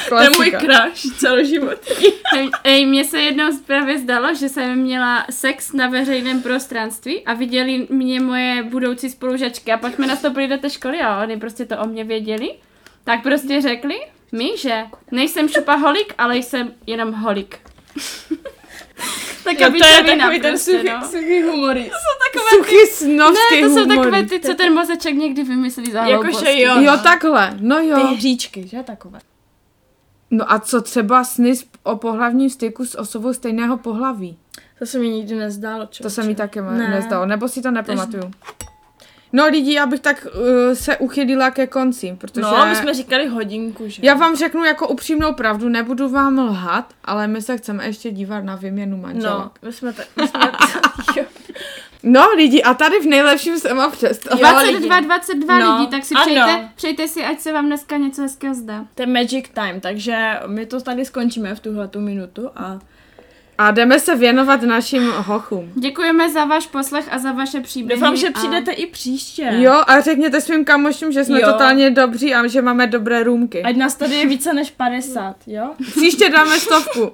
A: To je
C: Klasika.
A: můj crush celoživotní.
B: Hej, Ej, mně se jednou právě zdalo, že jsem měla sex na veřejném prostranství a viděli mě moje budoucí spolužačky a pak jsme nastoupili do té školy a oni prostě to o mě věděli. Tak prostě řekli mi, že nejsem šupaholik, ale jsem jenom holik. tak
A: No,
B: aby
A: to je
B: vina
A: takový ten
B: prostě,
A: suchý,
B: no.
A: suchý humorist.
C: Suchý snovský
B: Ne, to jsou
C: humor.
B: takové ty, co ten mozeček někdy vymyslí za
A: Jakože
B: hlouposti.
A: jo.
C: Jo, takhle, no
A: Ty
C: jo.
A: hříčky, že takové.
C: No a co třeba sny s- o pohlavním styku s osobou stejného pohlaví?
A: To se mi nikdy nezdálo, čo?
C: To se mi také
A: Ne.
C: ne. nezdalo, nebo si to nepamatuju. No lidi, já bych tak uh, se uchylila ke konci, protože...
A: No, my jsme říkali hodinku, že? No,
C: Já vám řeknu jako upřímnou pravdu, nebudu vám lhat, ale my se chceme ještě dívat na výměnu manželek.
A: No, my jsme tak, my jsme jo.
C: No lidi, a tady v nejlepším jsem a přesto.
A: Jo,
B: 22,
A: lidi.
B: 22
A: No,
B: lidí, tak si
A: ano.
B: přejte, přejte si, ať se vám dneska něco hezkého zdá.
A: To je magic time, takže my to tady skončíme v tuhle tu minutu a
C: A jdeme se věnovat našim hochům.
B: Děkujeme za váš poslech a za vaše příběhy.
A: doufám, že
B: a-
A: přijdete i příště.
C: Jo, a řekněte svým kamošům, že jsme
A: Jo.
C: jo. totálně dobří a že máme dobré růmky.
A: Ať nás tady je více než 50, jo?
C: Příště dáme stovku.